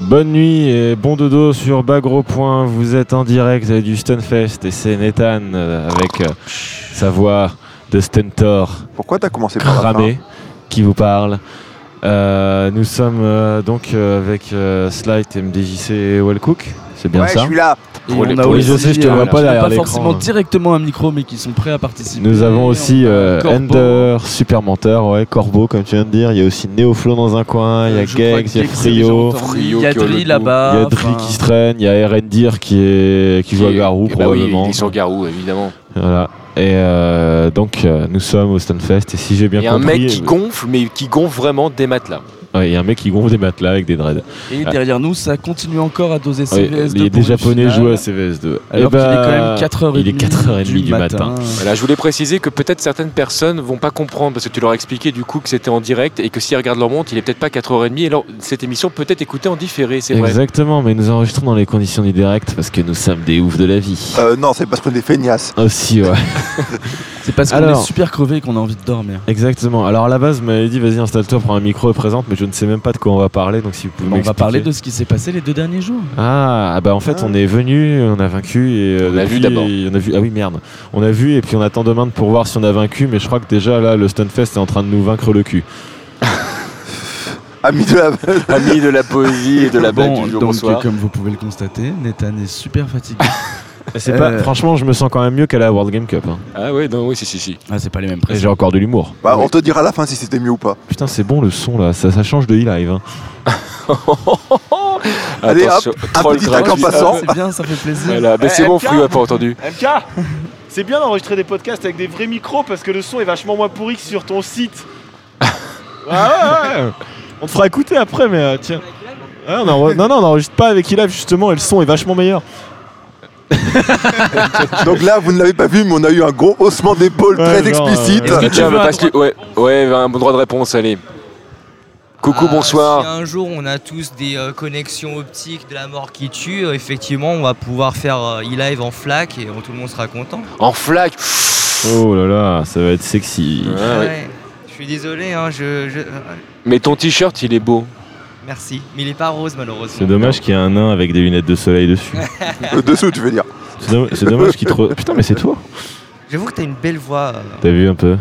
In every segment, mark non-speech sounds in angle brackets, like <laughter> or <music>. Bonne nuit et bon dodo sur Bagro Point. Vous êtes en direct du Stunfest et c'est Nathan euh, avec euh, sa voix de Stentor Pourquoi t'as commencé par la fin cramée qui vous parle. Euh, nous sommes euh, donc euh, avec euh, Slight, MDJC et Wellcook. C'est bien Ouais, je ça. suis là. Et Pour les- on a pour les aussi, OC, je te euh, vois pas qui n'ont derrière Pas l'écran, forcément hein. directement un micro, mais qui sont prêts à participer. Nous avons aussi On a euh, Corbeau. Ender, Super Menteur, ouais, Corbeau comme tu viens de dire. Il y a aussi Néoflo dans un coin, il y a Euh, Je crois Gex, il y a que Gex est déjà Frio, entendu. Frio Il y a qui a le Dri coup. il là-bas. y a Dri Ah, enfin, qui se traîne, il y a Erendir qui, est, qui joue à Et- Garou et bah oui, probablement. il est sur Garou, évidemment. Voilà. Et euh, donc euh, nous sommes au Stunfest et si j'ai bien Il y a un compris, euh, mec qui gonfle, mais qui gonfle vraiment des matelas. ouais, il y a un mec qui gonfle des matelas avec des dreads. Et Ah. derrière nous, ça continue encore à doser Ouais, CVS. il y a des Japonais jouent à CVS2. Alors Eh qu'il est ben, quand même 4h30, il est 4h30 du, matin. Voilà, je voulais préciser que peut-être certaines personnes vont pas comprendre parce que tu leur as expliqué du coup que c'était en direct et que s'ils regardent leur montre, il est peut-être pas 4h30 et alors cette émission peut être écoutée en différé, c'est vrai. Exactement, mais nous enregistrons dans les conditions du direct parce que nous sommes des oufs de la vie. Euh, non, c'est parce qu'on est des feignasses. Aussi, ouais. <laughs> C'est parce qu'on Alors- est super crevé qu'on a envie de dormir. Exactement. Alors à la base, vous m'avez dit, vas-y, installe-toi, prends un micro et présente, mais je ne sais même pas de quoi on va parler, donc si vous pouvez On va m'expliquer. parler de ce qui s'est passé les deux derniers jours. Ah, ah bah en fait, Ah. on est venu, on a vaincu et euh, On a depuis, vu d'abord. et On a vu. Ah oui, merde. On a vu et puis on attend demain pour voir si on a vaincu, mais je crois que déjà là, le Stunfest est en train de nous vaincre le cul. Amis de la, Amis de la poésie et de la blague Bon, du jour, donc, bonsoir. euh, comme vous pouvez le constater, Nathan est super <laughs> fatigué. C'est Euh. pas. Franchement, je me sens quand même mieux qu'à la World Game Cup. hein. Ah ouais, non, oui, si, si, si. ah, c'est pas les mêmes Et pressions. j'ai encore de l'humour. Bah, on te dira à la fin si c'était mieux ou <laughs> pas. Putain, c'est bon le son là, ça, ça change de e-live. hein. Allez, Attention, un troll petit track en gratuit. passant. Ah, C'est bien, ça fait plaisir. Voilà, mais c'est Eh, bon, tiens. Frio a pas entendu. MK C'est bien d'enregistrer des podcasts avec des vrais micros parce que le son est vachement moins pourri que sur ton <laughs> site. Ah ouais, ouais, ouais. On te fera écouter après, mais euh, tiens. Ah, on enre- non, non, on n'enregistre pas avec e-live justement et le son est vachement meilleur. Donc là, vous ne l'avez pas vu, mais on a eu un gros haussement d'épaule Ouais, très genre, explicite. euh, Est-ce que tu Tiens, veux un parce que- Ouais, ouais, un bon droit de réponse, allez. Coucou, Ah, Si bonsoir. un jour on a tous des euh, connexions optiques de la mort qui tue, euh, effectivement on va pouvoir faire euh, e-live en flac et euh, tout le monde sera content. En flaque. Oh là là, ça va être sexy. Ah ouais. Ah, Ouais. Je suis désolé, hein, je, je- euh, Mais ton t-shirt, il est beau. merci. Mais il est pas rose C'est malheureusement. dommage qu'il y ait un nain avec des lunettes de soleil dessus. Euh, dessous, tu veux dire. C'est domm- C'est dommage qu'il trop. Putain, mais c'est toi. J'avoue que t'as une belle voix. euh, T'as vu un peu ouais.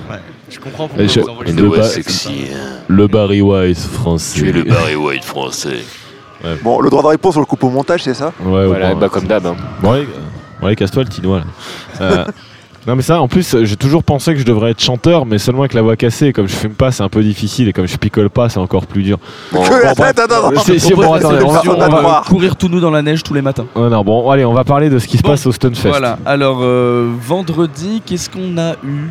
Je comprends Et pourquoi je- vous et enregistrez de pas bas- ça. hein. Le Barry Wise français. Barry White français. Bon, le droit de réponse, on le coupe au montage, c'est ça Ouais, Voilà, bon, bah comme d'hab. hein. Bon, allez, bon, allez, casse-toi le tinois là. Euh, non, mais ça, en plus, euh, j'ai toujours pensé que je devrais être chanteur, mais seulement avec la voix cassée. Et comme je fume pas, c'est un peu difficile. Et comme je picole pas, c'est encore plus dur. Bon, Que la bon, tête, attends, Oh, attends. C'est- c'est On bon, peut attendez, passer on va- l'option, on va- va- courir tout nous dans la neige tous les matins. Ouais, non, bon, allez, on va parler de ce qui se Bon. passe au Stunfest. Voilà, alors euh, vendredi, qu'est-ce qu'on a eu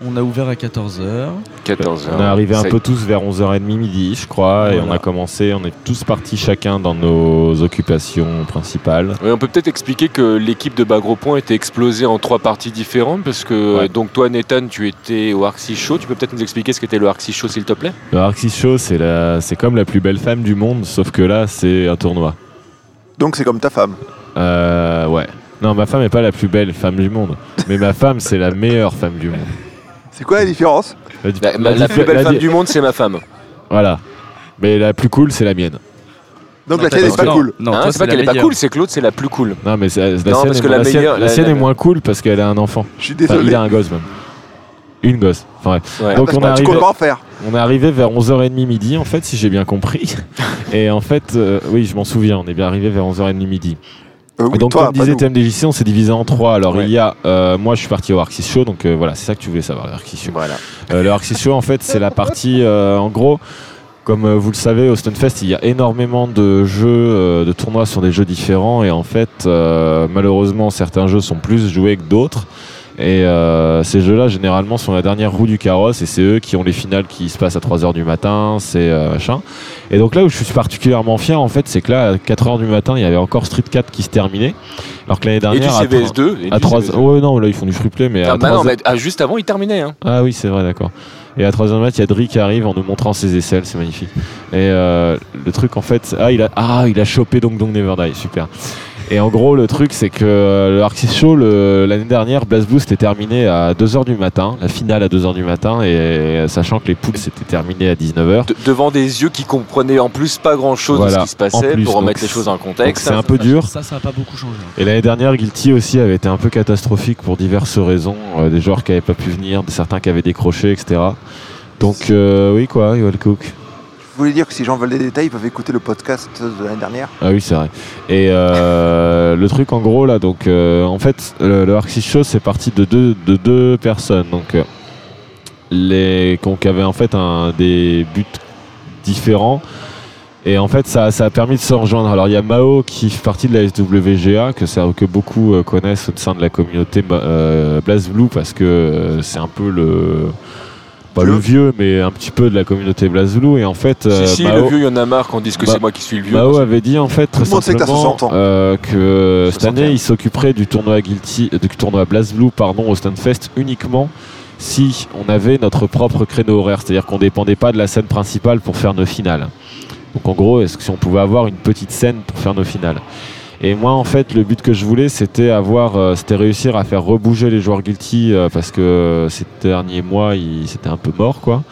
On a ouvert à 14h. 14 On est arrivé un peu tous vers 11h30 midi, je crois, et Voilà. on a commencé, on est tous partis chacun dans nos occupations principales. Oui, on peut peut-être expliquer que l'équipe de Bagro Point était explosée en trois parties différentes parce que Ouais. donc toi Nathan tu étais au Arxis Show, tu peux peut-être nous expliquer ce qu'était le Arxis Show s'il te plaît Le Arxis Show, c'est la- c'est comme la plus belle femme du monde, sauf que là, c'est un tournoi. Donc c'est comme ta femme. Euh, ouais. Non, ma femme est pas la plus belle femme du monde, mais ma femme, c'est la meilleure femme du monde. C'est quoi la différence La, di- La, la Bah, la dif- plus belle la di- femme du monde c'est ma femme. Voilà. Mais la plus cool, c'est la mienne. Donc la t'as tienne dit est pas non. cool. Non, Hein, toi, c'est pas la qu'elle est pas meilleure. cool, c'est que l'autre c'est la plus cool. Non, mais c'est- la, sienne, parce est, que moins- la sienne- meilleure- la la- sienne la- est moins cool parce qu'elle a un enfant. Je suis Enfin, il désolé. a un gosse même. Une gosse. Enfin, ouais. Ouais. Donc Parce on est que tu arrivé. comptes pas en faire. On est arrivé vers 11h30 midi, en fait, si j'ai bien compris. Et en fait, euh, oui, je m'en souviens, on est bien arrivé vers 11h30 midi. Euh, oui, Et donc, toi, comme pas disait nous. TMDJC, on s'est divisé en trois. Alors, Ouais. il y a, euh, moi, je suis parti au Arxis Show, donc euh, voilà, c'est ça que tu voulais savoir, le Arxis Show. Voilà. Euh, le Arxis Show, en fait, c'est la partie, euh, en gros, comme euh, vous le savez, au Stunfest, il y a énormément de jeux, euh, de tournois sur des jeux différents. Et en fait, euh, malheureusement, certains jeux sont plus joués que d'autres. Et euh, ces jeux-là, généralement, sont la dernière roue du carrosse. Et c'est eux qui ont les finales qui se passent à 3h du matin, c'est euh, machin. Et donc là où je suis particulièrement fier, en fait, c'est que là, à 4h du matin, il y avait encore Street 4 qui se terminait. Alors que l'année Et du dernière. à trois- CVS2 et à du 3 CVS2. ouais non là ils font du triplé mais Ah, à bah 3 non, mais, ah, juste avant il terminait hein. ah oui, c'est vrai, d'accord. Et à 3 h mat, il y a Dri qui arrive en nous montrant ses aisselles, c'est magnifique. Et euh, le truc en fait, ah il a, ah, il a chopé donc donc Never Die, super. Et en gros, le truc, c'est que euh, le Arctic Show, le- l'année dernière, Blast Boost est terminé à 2h du matin, la finale à 2h du matin, et euh, sachant que les poules s'étaient terminées à 19h. De- devant des yeux qui comprenaient en plus pas grand chose de Voilà, ce qui se passait en plus, pour remettre les donc choses dans le Donc contexte. c'est un peu dur. Ça, ça n'a pas beaucoup changé. Et l'année dernière, Guilty aussi avait été un peu catastrophique pour diverses raisons. Euh, des joueurs qui n'avaient pas pu venir, certains qui avaient décroché, etc. Donc euh, oui, quoi, Yoel Cook. Je voulais dire que si j'en veux les détails, ils peuvent écouter le podcast de l'année dernière. Ah oui, c'est vrai. Et euh, le truc en gros là, donc euh, en fait, le, le Arc Six Show c'est parti de deux, de deux personnes, donc euh, les qu'on- qui avaient en fait un, des buts différents. Et en fait, ça, ça a permis de se rejoindre. Alors, il y a Mao qui fait partie de la SWGA, que, ça, que beaucoup euh, connaissent au sein de la communauté ma- euh, Blaze Blue, parce que euh, c'est un peu le. Pas le vieux, mais un petit peu de la communauté Blaze Blue. Et en fait, euh, si, si, Mao- le vieux, il y en a marre qu'on dise que Bah- c'est moi qui suis le vieux. Mao avait dit en fait très le monde sait que t'as simplement 60 ans. euh, que cette 61. année il s'occuperait du tournoi Guilty, euh, du tournoi Blast Blue pardon au Stunfest uniquement si on avait notre propre créneau horaire, c'est-à-dire qu'on dépendait pas de la scène principale pour faire nos finales. Donc en gros, est-ce que si on pouvait avoir une petite scène pour faire nos finales Et moi en fait, le but que je voulais, c'était avoir, euh, c'était réussir à faire rebouger les joueurs guilty euh, parce que euh, ces derniers mois, ils- c'était un peu mort quoi.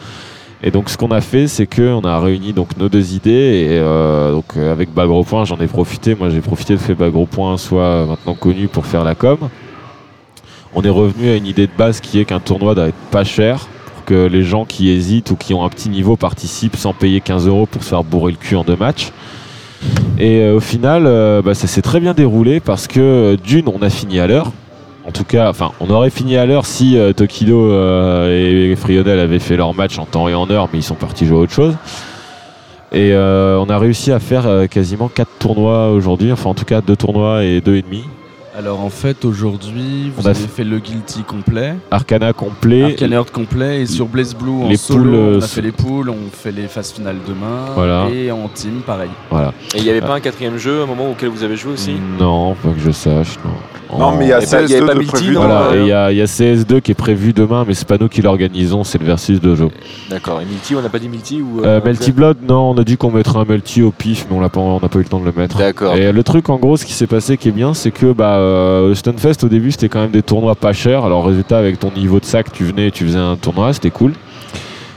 Et donc ce qu'on a fait, c'est qu'on a réuni donc nos deux idées et euh, donc euh, avec Bagro Point, j'en ai profité. Moi, j'ai profité de fait Bagro Point soit euh, maintenant connu pour faire la com. On est revenu à une idée de base qui est qu'un tournoi doit être pas cher pour que les gens qui hésitent ou qui ont un petit niveau participent sans payer 15 euros pour se faire bourrer le cul en deux matchs. Et euh, au final, euh, bah, ça s'est très bien déroulé parce que euh, d'une, on a fini à l'heure. En tout cas, enfin, on aurait fini à l'heure si euh, Tokido euh, et Frionel avaient fait leur match en temps et en heure, mais ils sont partis jouer à autre chose. Et euh, on a réussi à faire euh, quasiment quatre tournois aujourd'hui, enfin en tout cas deux tournois et deux et demi. Alors en fait, aujourd'hui, vous On a avez fait- fait le guilty complet, Arcana complet. Arcane Earth complet, et sur Blaze Blue en les solo, poules, euh, on a sont- fait les poules, on fait les phases finales demain, Voilà. et en team, pareil. Voilà. Et il n'y avait Ah. pas un quatrième jeu, un moment auquel vous avez joué aussi Non, pas que je sache, non. Oh. Non, mais il y a hein. Et pas- il y 16 avait pas de Milty, prévu. non Voilà, Ah euh, et il y, a- il y a CS2 qui est prévu demain, mais c'est pas nous qui l'organisons, c'est le versus de jeu. D'accord. Et Milty, on n'a pas dit Milty ou... euh, Euh, Melty Blood, non, on a dit qu'on mettrait un Melty au pif, mais on l'a pas, on n'a pas eu le temps de le mettre. D'accord. Et le truc en gros, ce qui s'est passé qui est bien, c'est que bah, euh, le Stunfest au début c'était quand même des tournois pas chers. Alors résultat, avec ton niveau de sac, tu venais et tu faisais un tournoi, c'était cool.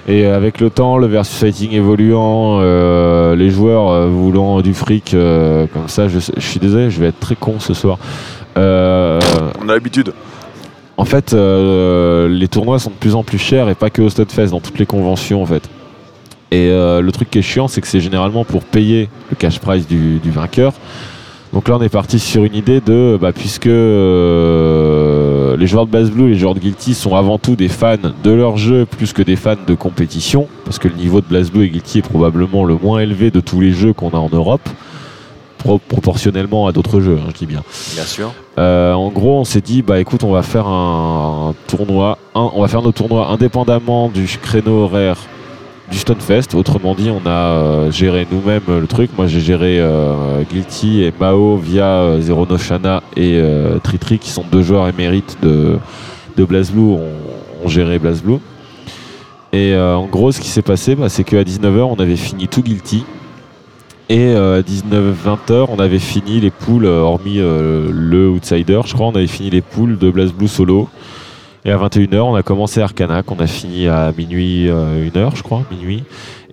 Et euh, avec le temps, le versus fighting évoluant, euh, les joueurs euh, voulant du fric, euh, comme ça, je, sais- je suis désolé, je vais être très con ce soir. Euh, On a l'habitude. en fait, euh, les tournois sont de plus en plus chers et pas que au Stunfest, dans toutes les conventions en fait. Et euh, le truc qui est chiant, c'est que c'est généralement pour payer le cash prize du, du vainqueur. Donc là, on est parti sur une idée de, bah, puisque euh, les joueurs de Bass Blue et les joueurs de Guilty sont avant tout des fans de leur jeu plus que des fans de compétition, parce que le niveau de Blast Blue et Guilty est probablement le moins élevé de tous les jeux qu'on a en Europe, pro- proportionnellement à d'autres jeux, hein, je dis bien. Bien sûr. Euh, en gros, on s'est dit, bah écoute, on va faire un, un tournoi, un- on va faire nos tournois indépendamment du créneau horaire du Stonefest. Autrement dit, on a euh, géré nous-mêmes le truc. Moi, j'ai géré euh, Guilty et Mao via euh, Zero No Shana et euh, Tritri, qui sont deux joueurs émérites de, de BlazBlue, ont, ont géré BlazBlue. Et euh, en gros, ce qui s'est passé, bah, c'est qu'à 19h, on avait fini tout Guilty. Et euh, à 19-20h, on avait fini les poules, euh, hormis euh, le outsider, je crois, on avait fini les poules de Blaze Blue solo. Et à 21h, on a commencé Arcana, qu'on a fini à minuit, 1h, je crois, minuit.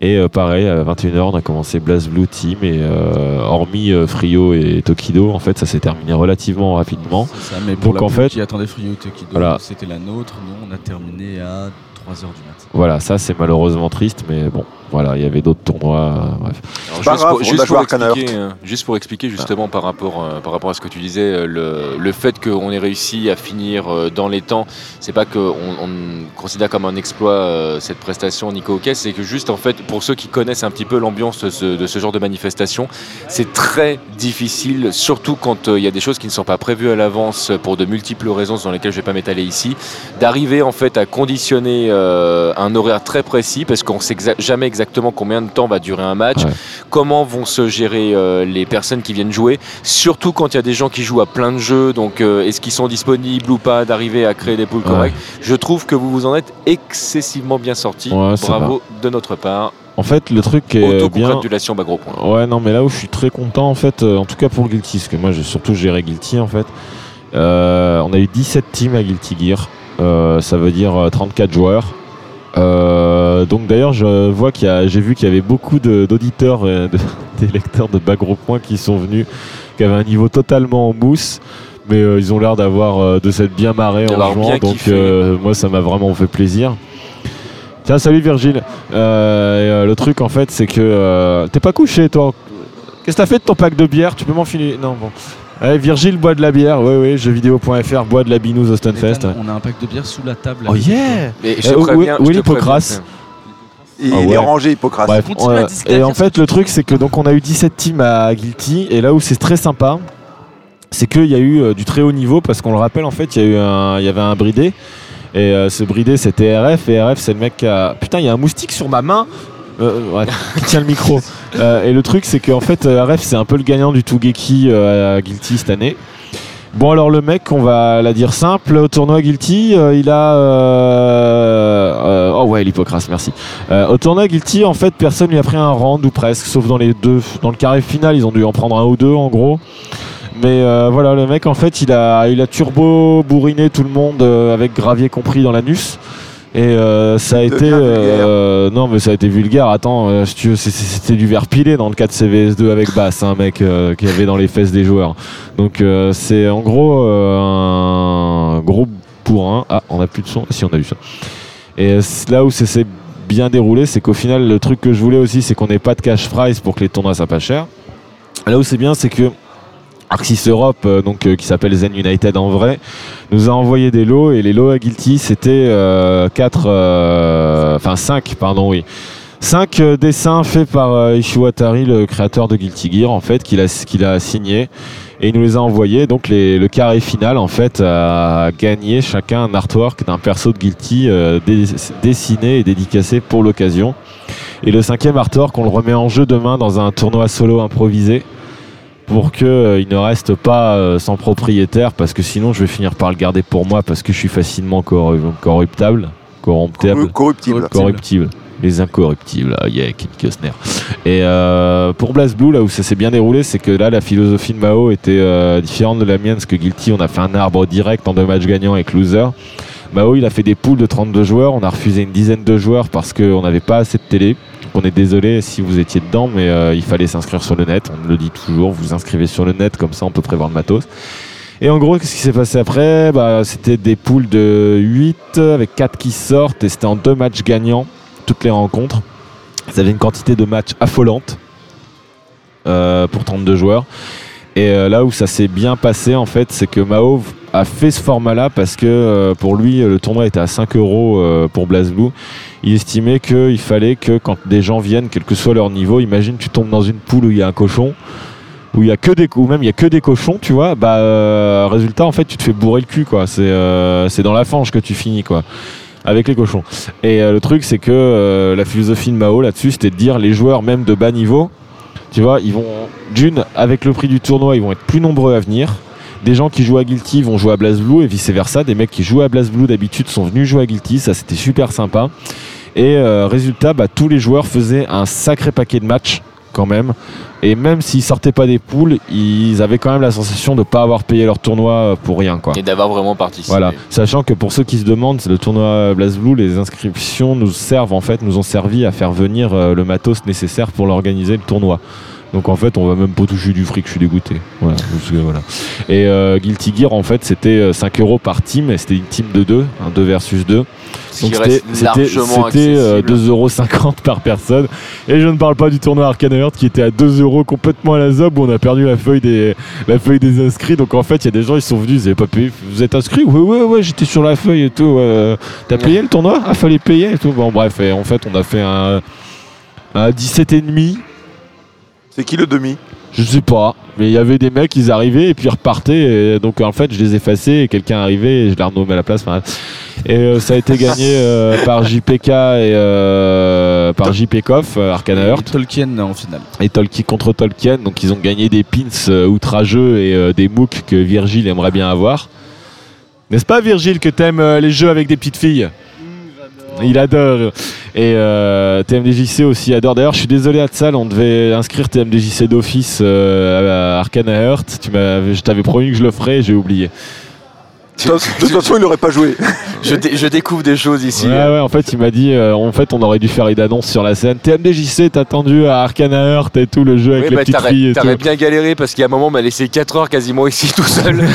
Et euh, pareil, à 21h, on a commencé Blaze Blue Team. Et euh, hormis euh, Frio et Tokido, en fait, ça s'est terminé relativement rapidement. C'est ça, mais Donc, pour la en poule fait- qui attendait Frio Tokido, Voilà. c'était la nôtre, nous on a terminé à 3h du matin. Voilà, ça, c'est malheureusement triste, mais bon, voilà, il y avait d'autres tournois. euh, bref. Alors, pas juste, grave, on pour, juste a joué pour Arcane Heart. expliquer, euh, juste pour expliquer justement par, rapport, euh, par rapport à ce que tu disais, euh, le, le fait qu'on ait réussi à finir euh, dans les temps, c'est pas qu'on on considère comme un exploit euh, cette prestation Nico Hockey, c'est que juste en fait pour ceux qui connaissent un petit peu l'ambiance de ce, de ce genre de manifestation, c'est très difficile, surtout quand euh, il y a des choses qui ne sont pas prévues à l'avance pour de multiples raisons dans lesquelles je vais pas m'étaler ici, d'arriver en fait à conditionner euh, un horaire très précis parce qu'on sait exa- jamais exactement combien de temps va durer un match comment vont se gérer euh, les personnes qui viennent jouer, surtout quand il y a des gens qui jouent à plein de jeux, donc euh, est-ce qu'ils sont disponibles ou pas, d'arriver à créer des poules Ouais. correctes. Je trouve que vous vous en êtes excessivement bien sortis. Ouais, ça euh, Bravo de notre part. En fait, le truc qui est bien. Autocongratulation, bah gros point. Ouais, non, mais là où je suis très content, en fait, euh, en tout cas pour Guilty, parce que moi j'ai surtout géré Guilty, en fait, euh, on a eu 17 teams à Guilty Gear, euh, ça veut dire euh, 34 joueurs. Euh, donc d'ailleurs, je vois qu'il y a- j'ai vu qu'il y avait beaucoup de- d'auditeurs, euh, de- <laughs> des lecteurs de Bagro Point qui sont venus, qui avaient un niveau totalement en mousse. Mais euh, ils ont l'air d'avoir euh, de s'être bien marrés en D'avoir jouant, bien donc kiffé. euh, moi ça m'a vraiment fait plaisir. Tiens, salut Virgile. Euh, et, euh, le truc en fait, c'est que euh, t'es pas couché toi. Qu'est-ce que t'as fait de ton pack de bière Tu peux m'en filer Non, bon. Allez, Virgile boit de la bière. Oui, oui, jeuxvideo.fr boit de la binouse au Stunfest. Nathan, On a un pack de bière sous la table. Oh avec yeah Mais je Euh, te où- préviens, où je est te l'hypocrase préviens. Il, Ah il ouais. est rangé, Hippocrate. Bref, Continue on- euh, à discuter et à en faire fait, le truc, c'est que donc on a eu 17 teams à Guilty, et là où c'est très sympa, c'est qu'il y a eu euh, du très haut niveau, parce qu'on le rappelle, en fait, il y, a eu un- il y avait un bridé, et euh, ce bridé, c'était RF, et RF, c'est le mec qui a. Putain, il y a un moustique sur ma main Euh, ouais, <laughs> qui tient le micro. Euh, et le truc, c'est qu'en fait, euh, RF, c'est un peu le gagnant du Tougeki euh, à Guilty cette année. Bon, alors le mec, on va la dire simple, au tournoi Guilty, euh, il a. euh, euh, oh ouais, l'hypocrase, merci. Euh, au tournoi Guilty, en fait, personne lui a pris un round ou presque, sauf dans les deux, dans le carré final, ils ont dû en prendre un ou deux en gros. Mais euh, voilà, le mec, en fait, il a, il a turbo bourriné tout le monde euh, avec gravier compris dans l'anus. Et euh, ça a Il été. devient euh, non, mais ça a été vulgaire. Attends, euh, si tu veux, c'est- c'est- c'était du verre pilé dans le cas de CVS2 avec Bass, un mec euh, qui avait dans les fesses des joueurs. Donc euh, c'est en gros euh, un gros bourrin. Ah, on a plus de son. Si, on a eu ça. Et euh, c'est là où ça s'est bien déroulé, c'est qu'au final, le truc que je voulais aussi, c'est qu'on n'ait pas de cash prize pour que les tournois soient pas chers. Là où c'est bien, c'est que Arxis Europe, euh, donc, euh, qui s'appelle Zen United en vrai, nous a envoyé des lots et les lots à Guilty, c'était 4, enfin 5, pardon, oui. 5 dessins faits par euh, Ishiwa Tari, le créateur de Guilty Gear, en fait, qu'il a, qu'il a signé et il nous les a envoyés. Donc les- le carré final, en fait, a gagné chacun un artwork d'un perso de Guilty euh, dé- dessiné et dédicacé pour l'occasion. Et le cinquième artwork, on le remet en jeu demain dans un tournoi solo improvisé pour que euh, il ne reste pas euh, sans propriétaire, parce que sinon je vais finir par le garder pour moi parce que je suis facilement corru- corruptable, corromptable. Corru- Corruptible. Corruptible. Les incorruptibles, ah, yeah, Kim Kostner. Et euh, pour Blaze Blue, là où ça s'est bien déroulé, c'est que là, la philosophie de Mao était euh, différente de la mienne, parce que Guilty, on a fait un arbre direct en deux matchs gagnants avec loser. Mao, il a fait des poules de 32 joueurs, on a refusé une dizaine de joueurs parce qu'on n'avait pas assez de télé. Donc on est désolé si vous étiez dedans, mais euh, il fallait s'inscrire sur le net, on le dit toujours, vous vous inscrivez sur le net, comme ça on peut prévoir le matos. Et en gros, qu'est-ce qui s'est passé après bah, C'était des poules de 8 avec 4 qui sortent et c'était en deux matchs gagnants, toutes les rencontres. Ils avaient une quantité de matchs affolante euh, pour 32 joueurs. Et euh, là où ça s'est bien passé, en fait, c'est que Mao a fait ce format-là parce que euh, pour lui, le tournoi était à 5 euros euh, pour BlazBlue. Il estimait qu'il fallait que quand des gens viennent, quel que soit leur niveau, imagine tu tombes dans une poule où il y a un cochon, où il y a que des co- ou même il y a que des cochons, tu vois, bah euh, résultat en fait tu te fais bourrer le cul quoi. C'est euh, c'est dans la fange que tu finis quoi. Avec les cochons. Et euh, le truc, c'est que euh, la philosophie de Mao là-dessus, c'était de dire les joueurs, même de bas niveau, tu vois, ils vont, d'une, avec le prix du tournoi, ils vont être plus nombreux à venir. Des gens qui jouent à Guilty vont jouer à BlazBlue et vice-versa. Des mecs qui jouent à BlazBlue d'habitude sont venus jouer à Guilty, ça c'était super sympa. Et euh, résultat, bah, tous les joueurs faisaient un sacré paquet de matchs quand même. Et même s'ils sortaient pas des poules, ils avaient quand même la sensation de pas avoir payé leur tournoi euh, pour rien. Quoi. Et d'avoir vraiment participé. Voilà, sachant que pour ceux qui se demandent, c'est le tournoi BlazBlue, les inscriptions nous servent en fait, nous ont servi à faire venir euh, le matos nécessaire pour l'organiser le tournoi. Donc en fait, on va même pas toucher du fric, je suis dégoûté. Voilà, parce que voilà. Et euh, Guilty Gear en fait, c'était euh, 5 euros par team et c'était une team de 2, 2 versus 2. Ce Donc qui c'était reste largement c'était, euh, accessible. 2,50€ par personne. Et je ne parle pas du tournoi Arcane Heart qui était à 2€ complètement à la zob où on a perdu la feuille des, la feuille des inscrits. Donc en fait, il y a des gens, ils sont venus, ils n'avaient pas payé. Vous êtes inscrits Ouais, ouais, ouais, j'étais sur la feuille et tout. ouais, euh, T'as payé le tournoi Ah, fallait payer et tout. Bon, bref, et en fait, on a fait un, un 17,5. C'est qui le demi Je sais pas, mais il y avait des mecs, ils arrivaient et puis ils repartaient. Et donc en fait, je les effaçais et quelqu'un arrivait et je les renommais à la place. Enfin, et euh, ça a été gagné euh, par JPK et euh, par JPKoff, euh, Arcana Et Heart, Tolkien en finale. et Tolkien contre Tolkien. Donc ils ont gagné des pins euh, outrageux et euh, des mooks que Virgile aimerait bien avoir. N'est-ce pas Virgile que t'aimes euh, les jeux avec des petites filles content. Il adore. Et euh, TMDJC aussi adore. D'ailleurs, je suis désolé à on devait inscrire TMDJC d'office euh, à Arcana Heart. Tu m'avais- je t'avais promis que je le ferais, et j'ai oublié. De toute façon, il n'aurait pas joué. Je, dé- je découvre des choses ici. euh, Ouais, ouais, en fait, il m'a dit, euh, en fait, on aurait dû faire une annonce sur la scène. TMDJC, t'as attendu à Arcana Heart et tout, le jeu avec Oui, les bah, petites t'aurais- filles et tout. T'aurais bien galéré parce qu'il y a un moment, on m'a laissé 4 heures quasiment ici tout seul.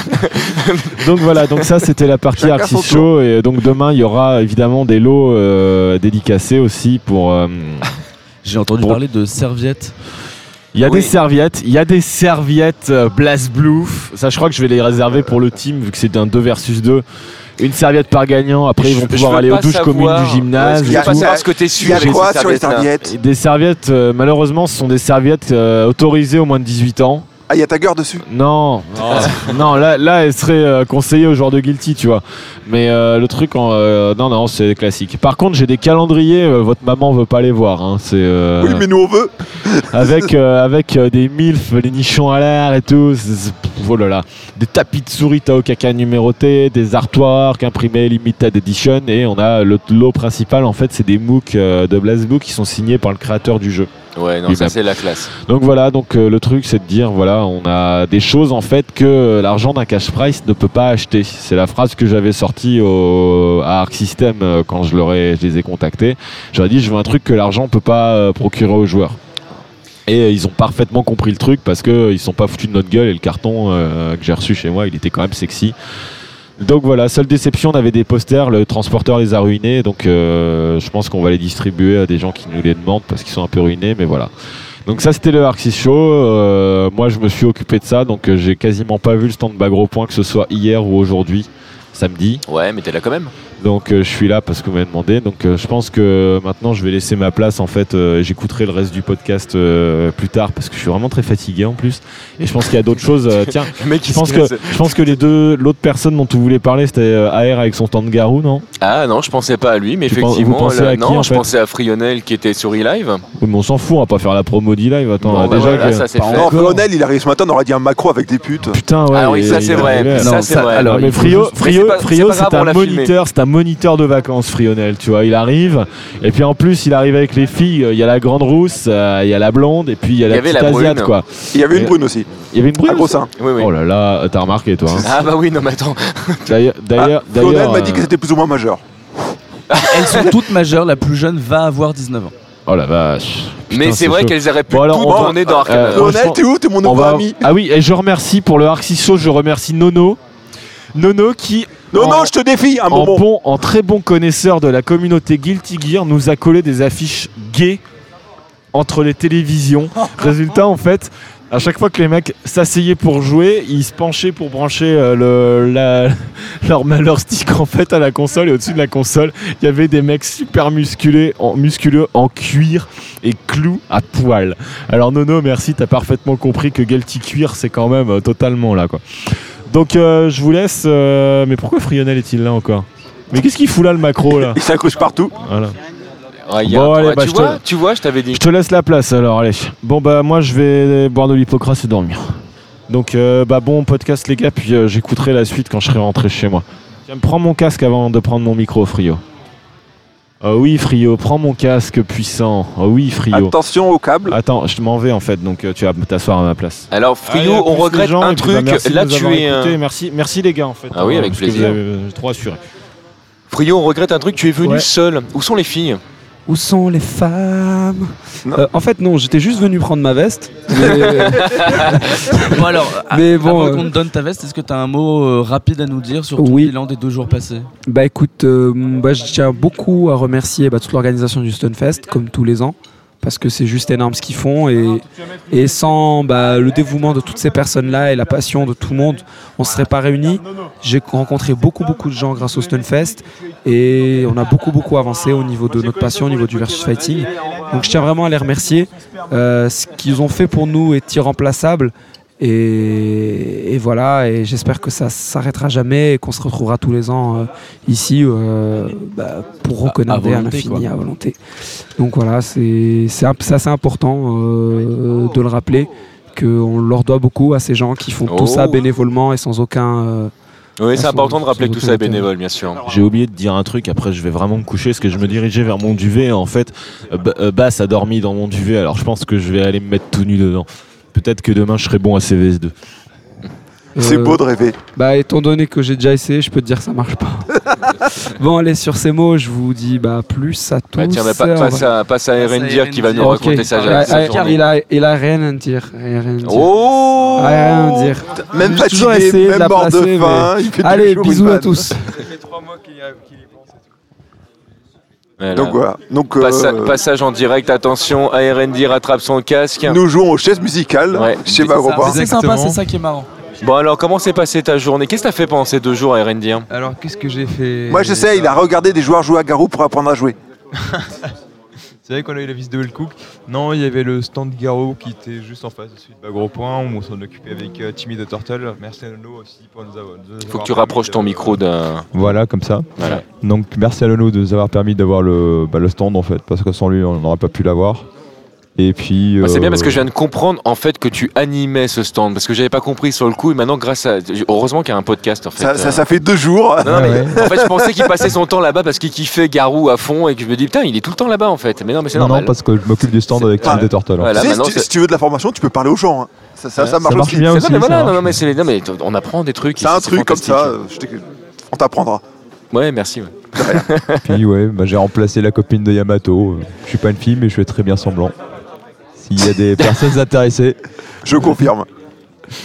Donc voilà, donc ça c'était la partie Chacun Artist son Show et donc demain il y aura évidemment des lots euh, dédicacés aussi pour euh, J'ai entendu Bon. parler de serviettes. il y a Oui. des serviettes, il y a des serviettes euh, Blast Blue. Ça je crois que je vais les réserver pour le team vu que c'est un 2 versus 2. Une serviette par gagnant, après ils Je- vont je pouvoir veux aller aux pas douches savoir- communes du gymnase. Ouais, Il y je a et veux pas tout. ça. savoir ce que t'es Il y sûr a avec quoi ces sur les serviettes-là. serviettes Et Des serviettes euh, malheureusement ce sont des serviettes euh, autorisées au moins de 18 ans. Ah, il y a ta gueule dessus. Non, Oh. non, là, là, elle serait euh, conseillée aux joueurs de Guilty, tu vois. Mais euh, le truc, en, euh, non, non, c'est classique. Par contre, j'ai des calendriers, euh, votre maman veut pas les voir. hein, c'est euh, Oui, mais <laughs> nous on veut. avec, euh, avec euh, des milfs, les nichons à l'air et tout. c'est- c'est- pff, oh là là. Des tapis de souris Taokaka numérotés, des artworks imprimés limited edition. Et on a le lot principal, en fait, c'est des MOOC euh, de BlazBlue qui sont signés par le créateur du jeu. Ouais, non, Oui, ça bah- c'est la classe. Donc voilà, donc euh, le truc c'est de dire voilà, on a des choses en fait que euh, l'argent d'un cash price ne peut pas acheter. C'est la phrase que j'avais sortie au, à Arc System euh, quand je, leur ai- je les ai contactés. J'aurais dit je veux un truc que l'argent peut pas euh, procurer aux joueurs. Et euh, ils ont parfaitement compris le truc parce que euh, ils sont pas foutus de notre gueule et le carton euh, que j'ai reçu chez moi, il était quand même sexy. Donc voilà, seule déception, on avait des posters, le transporteur les a ruinés, donc euh, je pense qu'on va les distribuer à des gens qui nous les demandent parce qu'ils sont un peu ruinés, mais voilà. Donc ça c'était le Arxis Show, Euh, moi je me suis occupé de ça, donc euh, j'ai quasiment pas vu le stand Bagro Point que ce soit hier ou aujourd'hui, samedi. Ouais, mais t'es là quand même. Donc euh, je suis là parce que vous m'avez demandé, donc euh, je pense que maintenant je vais laisser ma place en fait, euh, et j'écouterai le reste du podcast euh, plus tard parce que je suis vraiment très fatigué en plus, et je pense qu'il y a d'autres choses, euh, <laughs> tiens, Le mec, je pense que, je pense que les deux, l'autre personne dont tu voulais parler c'était euh, AR avec son stand Garou, non Ah non, je pensais pas à lui, mais Tu penses- effectivement, vous pensez là- à qui, non, en je fait pensais à Frionel qui était sur e-live. Oui, mais on s'en fout, on va pas faire la promo d'e-live. Attends, Bon, là, bah déjà voilà, que- ça c'est Par fait. Non, Encore. Colonel, il arrive ce matin, on aurait dit un macro avec des putes. Putain, ouais. Ah oui, il- ça, c'est il- vrai. il- il- Ça, Non, c'est vrai. Alors, il mais faut Frio, juste- Frio, c'est pas- Frio, c'est pas c'est grave, on un l'a filmé. moniteur, c'est un moniteur de vacances, Frionel, tu vois. Il arrive, et puis en plus, il arrive avec les filles. Il y a la grande rousse, euh, il y a la blonde, et puis il y a Il y la avait petite la brune. Ah, asiate, quoi. Il y avait Et- une brune aussi. Il y avait une brune. Un gros aussi sein. Oui, oui. Oh là là, t'as remarqué, toi. hein. Ah bah oui, non, mais attends. D'ailleurs, d'ailleurs, Ah, Colonel d'ailleurs, m'a dit euh, que c'était plus ou moins majeur. Elles sont toutes majeures, la plus jeune va avoir 19 ans. Oh la vache. Putain, mais c'est vrai chaud. qu'elles auraient pu Bon, alors, tout on va- tourner dans Arcana. Euh, Colonel, franchement, t'es où T'es mon On nouveau va- ami. Ah oui, et je remercie pour le Arc Show, je remercie Nono. Nono qui Non, en- non, je te défie, un en, bonbon. bon, en très bon connaisseur de la communauté Guilty Gear, nous a collé des affiches gays entre les télévisions. Résultat, en fait, à chaque fois que les mecs s'asseyaient pour jouer, ils se penchaient pour brancher euh, le, la- <laughs> leur, leur stick en fait à la console et au-dessus de la console, il y avait des mecs super musculés, en, musculeux en cuir et clous à poil. Alors Nono, merci, t'as parfaitement compris que Guilty Cuir, c'est quand même euh, totalement là quoi. Donc euh, je vous laisse. euh, mais pourquoi Frionel est-il là encore Mais qu'est-ce qu'il fout là le macro là Il s'accroche partout. Voilà. Ouais, il y a un bon, tour- allez, ah, bah, tu, je te- vois, tu vois, je t'avais dit. Je te laisse la place alors, allez. Bon bah moi je vais boire de l'hypocras et dormir. Donc euh, bah bon podcast les gars, puis euh, j'écouterai la suite quand je serai rentré chez moi. Tiens, prends mon casque avant de prendre mon micro, Frio. Oh oui, Frio, prends mon casque puissant. Oh oui, Frio. Attention au câble. Attends, je m'en vais en fait, donc euh, tu vas t'asseoir à ma place. Alors, Allez, Frio, à on plus, les regrette gens, un et puis, bah, truc. merci de Là, nous tu avoir es. un- écoutés. Merci, merci les gars en fait. Ah oui, Euh, avec parce que plaisir. vous avez- euh, trop assuré. Frio, on regrette un truc. Tu es venu Ouais. seul. Où sont les filles Où sont les femmes Non. Euh, En fait, non, j'étais juste venu prendre ma veste. Mais, <laughs> Bon alors, <laughs> a- Mais bon, avant euh, qu'on te donne ta veste, est-ce que t'as un mot euh, rapide à nous dire sur ton Oui. bilan des deux jours passés bah écoute, euh, bah, je tiens beaucoup à remercier bah, toute l'organisation du Stunfest, comme tous les ans, parce que c'est juste énorme ce qu'ils font. Et, et sans bah, le dévouement de toutes ces personnes-là et la passion de tout le monde, on ne serait pas réunis. J'ai rencontré beaucoup, beaucoup de gens grâce au Stunfest et on a beaucoup, beaucoup avancé au niveau de notre passion, au niveau du versus fighting. Donc je tiens vraiment à les remercier. Euh, ce qu'ils ont fait pour nous est irremplaçable. Et, et voilà, et j'espère que ça s'arrêtera jamais et qu'on se retrouvera tous les ans euh, ici euh, bah, pour reconnaître à, volonté, l'infini, quoi. à volonté. Donc voilà, c'est c'est un- c'est assez important euh, de le rappeler qu'on leur doit beaucoup à ces gens qui font Oh. tout ça bénévolement et sans aucun, euh, Oui, c'est Elles important sont- de rappeler sont que tout ça est autoritaires. bénévole, bien sûr. J'ai oublié de dire un truc, après je vais vraiment me coucher parce que je me dirigeais vers mon duvet et en fait, euh, B- euh, Bass a dormi dans mon duvet alors je pense que je vais aller me mettre tout nu dedans. Peut-être que demain je serai bon à CVS2. C'est Euh, beau de rêver. Bah, étant donné que j'ai déjà essayé, je peux te dire que ça marche <laughs> pas. bon, allez, sur ces mots, je vous dis bah, plus à tous. Bah, tiens, bah, Euh, pa- on passe, va- à, passe à Passe à Erendir qui va Erendir. nous Ok. raconter sa, Ah, sa ah, journée. il, a, il a rien à dire. il a rien à dire. Oh Ah, rien à dire. Même J'ai toujours essayé fatigué, de même la mort placer, de faim. il fait Allez, toujours une bisous à vanne. <laughs> tous. Voilà. Donc voilà. Donc, Passa- euh, Passage en direct, attention, Erendir rattrape son casque. nous jouons aux chaises musicales Ouais. chez C'est ça, Vagropa. mais C'est Exactement. sympa, c'est ça qui est marrant. Bon alors, comment s'est passée ta journée Qu'est-ce que t'as fait pendant ces deux jours, Erendir Alors, qu'est-ce que j'ai fait Moi, je sais, il a regardé des joueurs jouer à Garou pour apprendre à jouer. C'est vrai qu'on a eu la visite de Wellcook. Non, il y avait le stand Garo qui était juste en face de celui de Bagro Point. On s'en occupait avec euh, Timmy de Turtle. Merci à Lolo aussi pour nous avoir. Il faut que tu rapproches ton micro d'un... Voilà, comme ça. Voilà. Donc, merci à Lolo de nous avoir permis d'avoir le, bah, le stand en fait, parce que sans lui, on n'aurait pas pu l'avoir. Et puis. Bah, c'est bien euh, parce que je viens de comprendre en fait que tu animais ce stand parce que j'avais pas compris sur le coup et maintenant grâce à heureusement qu'il y a un podcast en fait. Ça, Euh, ça, ça fait deux jours. Non, non, mais Ah Ouais, en fait je pensais qu'il passait son temps là-bas parce qu'il kiffait Garou à fond et que je me dis putain il est tout le temps là-bas en fait mais non mais c'est Non, normal. non, parce que je m'occupe du stand C'est- avec Timmy Voilà. de Turtle. hein. Tu Voilà, sais, maintenant, si, tu, c'est- si tu veux de la formation, tu peux parler aux gens. hein. Ça, ça, ça Ça marche, marche aussi. bien. C'est- non, aussi, mais ça voilà, non, marche. non, mais c'est les- non, mais t- on apprend des trucs. C'est ici, un truc comme ça. fantastique. euh, je t'ai- On t'apprendra. Ouais merci. ouais. Puis ouais, bah, j'ai remplacé la copine de Yamato. Je suis pas une fille, mais je fais très bien semblant. S'il y a <laughs> des personnes intéressées, Je confirme.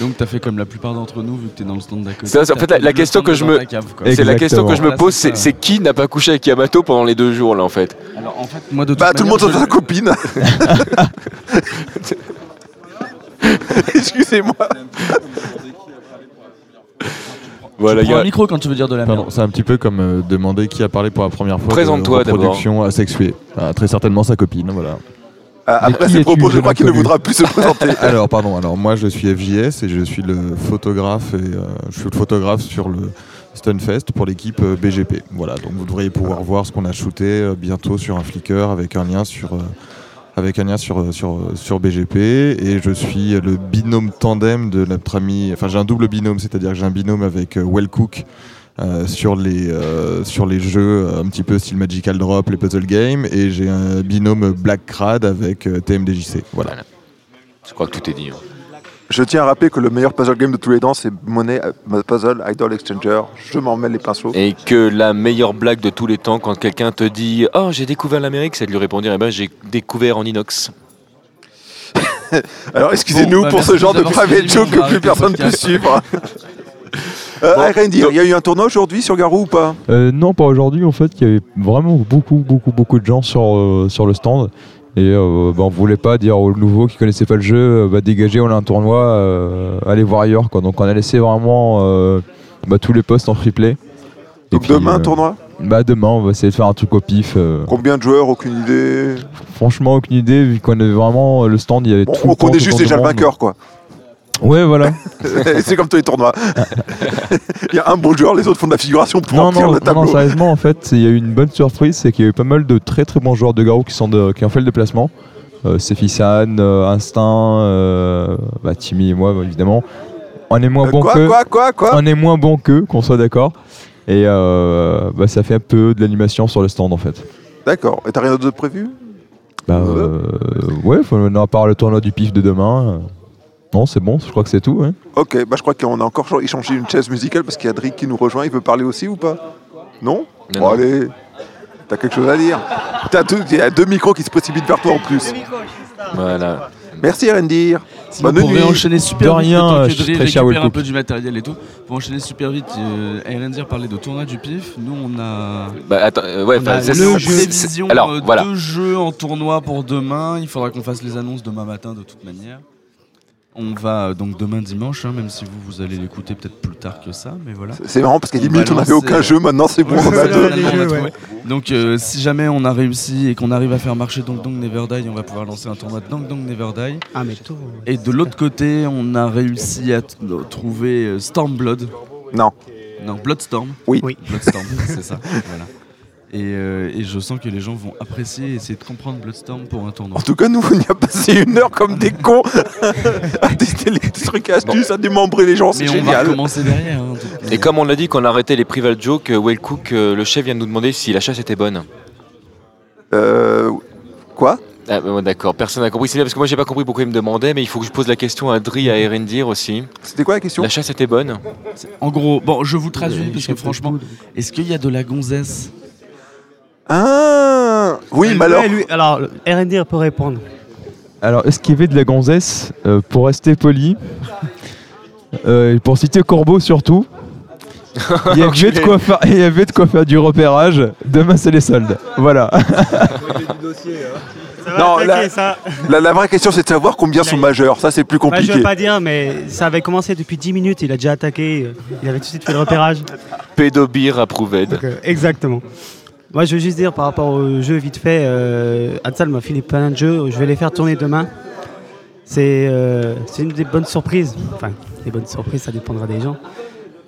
Donc t'as fait comme la plupart d'entre nous vu que t'es dans le stand d'à côté. Ça, c'est- en T'as fait, la- fait la le question stand que je dans me- ta cave, quoi. C'est la question que je me Exactement. pose Là, c'est c'est ça. c'est qui n'a pas couché avec Yamato pendant les deux jours là en fait. Alors en fait moi de Bah, toute tout le monde manière, sur sa je- copine. Excusez-moi. Voilà Prends gars. le micro quand tu veux dire de la merde. Pardon, c'est un petit peu comme euh, demander qui a parlé pour la première fois. Présente-toi d'abord. Production asexuée. Ah, très certainement sa copine, voilà. Ah, Mais Après qui ces es-tu, propos, je jeune crois qu'il ne inconnu voudra plus se présenter. <laughs> Alors, pardon, alors moi je suis FJS et je suis le photographe et euh, je suis le photographe sur le Stunfest pour l'équipe euh, BGP. Voilà, donc vous devriez pouvoir voir ce qu'on a shooté euh, bientôt sur un Flickr avec un lien sur. euh, avec un lien sur, euh, sur, euh, sur BGP et je suis euh, le binôme tandem de notre ami, enfin j'ai un double binôme, c'est-à-dire que j'ai un binôme avec euh, Wellcook euh, sur, les, euh, sur les jeux euh, un petit peu style Magical Drop, les puzzle games et j'ai un binôme Black Crad avec euh, TMDJC. Voilà. Je crois que tout est dit. hein. <laughs> Je tiens à rappeler que le meilleur puzzle game de tous les temps, c'est Money euh, Puzzle Idol Exchanger. Je m'en mêle les pinceaux. Et que la meilleure blague de tous les temps, quand quelqu'un te dit Oh, j'ai découvert l'Amérique, c'est de lui répondre Eh ben, j'ai découvert en inox. Alors, Bon, excusez-nous bah, pour merci ce genre de d'avoir private suivi, on joke va que plus arrêter personne le ne peut suivre. <laughs> Euh, Bon, hey, Randy, donc- il y a eu un tournoi aujourd'hui sur Garou ou pas Euh, non, pas aujourd'hui. En fait, il y avait vraiment beaucoup, beaucoup, beaucoup de gens sur, euh, sur le stand. Et euh, bah, on voulait pas dire aux nouveaux qui connaissaient pas le jeu, euh, bah, dégagez, on a un tournoi, euh, allez voir ailleurs. Quoi. Donc on a laissé vraiment euh, bah, tous les postes en free play. Et Donc puis, demain, euh, un tournoi bah, Demain, on va essayer de faire un truc au pif. euh. Combien de joueurs Aucune idée. franchement, aucune idée, vu qu'on avait vraiment euh, le stand, il y avait Bon, tout. on le temps, connaît tout juste temps déjà du le monde. vainqueur, quoi. <laughs> Ouais, voilà. c'est comme tous les tournois. <laughs> Il y a un bon joueur, les autres font de la figuration pour Non, remplir non, le non, tableau. non, sérieusement, en fait, c'est- il y a eu une bonne surprise, c'est qu'il y a eu pas mal de très très bons joueurs de Garou qui, sont de- qui ont fait le déplacement. Euh, Sefisan, euh, Instinct, euh, bah, Timmy et moi, évidemment. On est moins Euh, bon quoi, que. quoi, quoi, quoi on est moins bon qu'eux, qu'on soit d'accord. Et euh, bah, ça fait un peu de l'animation sur le stand en fait. D'accord. Et t'as rien d'autre de prévu Bah, euh, ouais, faut- non, à part le tournoi du pif de demain. euh, non, c'est bon, je crois que c'est tout. hein. Ok, bah je crois qu'on a encore échangé une chaise musicale parce qu'il y a Drick qui nous rejoint. Il veut parler aussi ou pas Non Bon, Non, non. allez. T'as quelque chose à dire T'as tout- Il y a deux micros qui se précipitent vers toi en plus. Voilà. Merci Randir. Sinon, Bonne pour nuit. enchaîner super De vite, rien, le temps euh, que je suis Dre très cher, récupère un Wellcook. peu du matériel et tout. Pour enchaîner super vite, euh, Erendir parlait de tournoi du pif. Nous, on a, Bah, attends, euh, ouais, on a enfin, ça, le jeu. c'est- c'est- Prévision, Alors, euh, voilà. deux jeux en tournoi pour demain. Il faudra qu'on fasse les annonces demain matin de toute manière. On va euh, donc demain dimanche, hein, même si vous, vous allez l'écouter peut-être plus tard que ça, mais <laughs> voilà. C'est marrant parce qu'il y a 10 On minutes on n'avait balance, aucun euh, jeu, maintenant c'est bon, Ouais, on en a <laughs> c'est deux. ça, finalement, on a trouvé. Donc euh, si jamais on a réussi et qu'on arrive à faire marcher Dong Dong Never Die, on va pouvoir lancer un tournoi de Dong Dong Never Die. Ah, mais tout. Et de l'autre côté, on a réussi à t- euh, trouver euh, Stormblood. Non. Non, Bloodstorm. <laughs> Oui. Oui. Bloodstorm, c'est ça. Voilà. Et, euh, et je sens que les gens vont apprécier et essayer de comprendre Bloodstorm pour un tournoi. En tout cas, nous, on y a passé une heure comme des cons à tester les trucs astuces, à démembrer les gens, c'est Mais on va génial. recommencer derrière. hein, donc, euh, Et comme on l'a dit qu'on a arrêté les private jokes, euh, Will Cook, euh, le chef, vient de nous demander si la chasse était bonne. Euh, quoi Ah, bah, ouais, d'accord, personne n'a compris. C'est bien parce que moi j'ai pas compris pourquoi il me demandait, mais il faut que je pose la question à Dri et à Erendir aussi. C'était quoi la question La chasse était bonne En gros, bon, je vous traduis parce que franchement, est-ce qu'il y a de la gonzesse Ah Oui, mais alors. Ouais, lui- alors, le R&D peut répondre. Alors, esquiver de la gonzesse, euh, pour rester poli, euh, et pour citer Corbeau surtout, il y, avait de quoi faire, il y avait de quoi faire du repérage, demain c'est les soldes. Voilà. Ça va Non, attaquer, là- ça. La, la vraie question, c'est de savoir combien sont majeurs. Ça, c'est plus Bah, je compliqué. veux pas dire, mais ça avait commencé depuis 10 minutes. Il a déjà attaqué. euh, Il avait tout de suite fait le <laughs> repérage. Pédobir approved. Donc, euh, exactement. Moi, je veux juste dire par rapport aux jeux vite fait, euh, Hatsal m'a filé plein de jeux. Je vais les faire tourner demain. C'est euh, c'est une des bonnes surprises. Enfin, des bonnes surprises, ça dépendra des gens.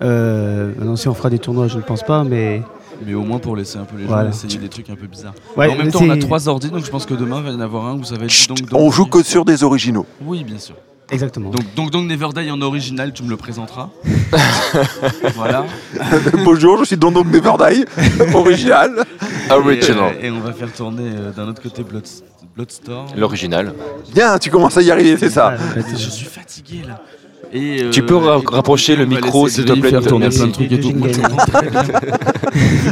Euh, maintenant, si on fera des tournois, je ne pense pas, mais. Mais au moins pour laisser un peu les gens Voilà. essayer des trucs un peu bizarres. Ouais, en même temps, on a c'est- trois ordi, donc je pense que demain il va y en avoir un où ça va être Chut, donc donc. on joue que sur des originaux. <laughs> Oui, bien sûr. Exactement. Donc donc donc Neverday en original, tu me <laughs> le présenteras. voilà. Bonjour, je suis Dondon Neverday, original. Ah Original. Et, euh, et on va faire tourner euh, d'un autre côté Bloods- Bloodstorm. L'original. Bien, tu commences à y arriver, c'est ça. Voilà, en fait, Mais je suis fatigué là. Et, euh, Tu peux ra- et- rapprocher le on va micro, laisser s'il te Denis plaît, faire de- tourner merci. plein de trucs et tout. Moi, je comprends très bien.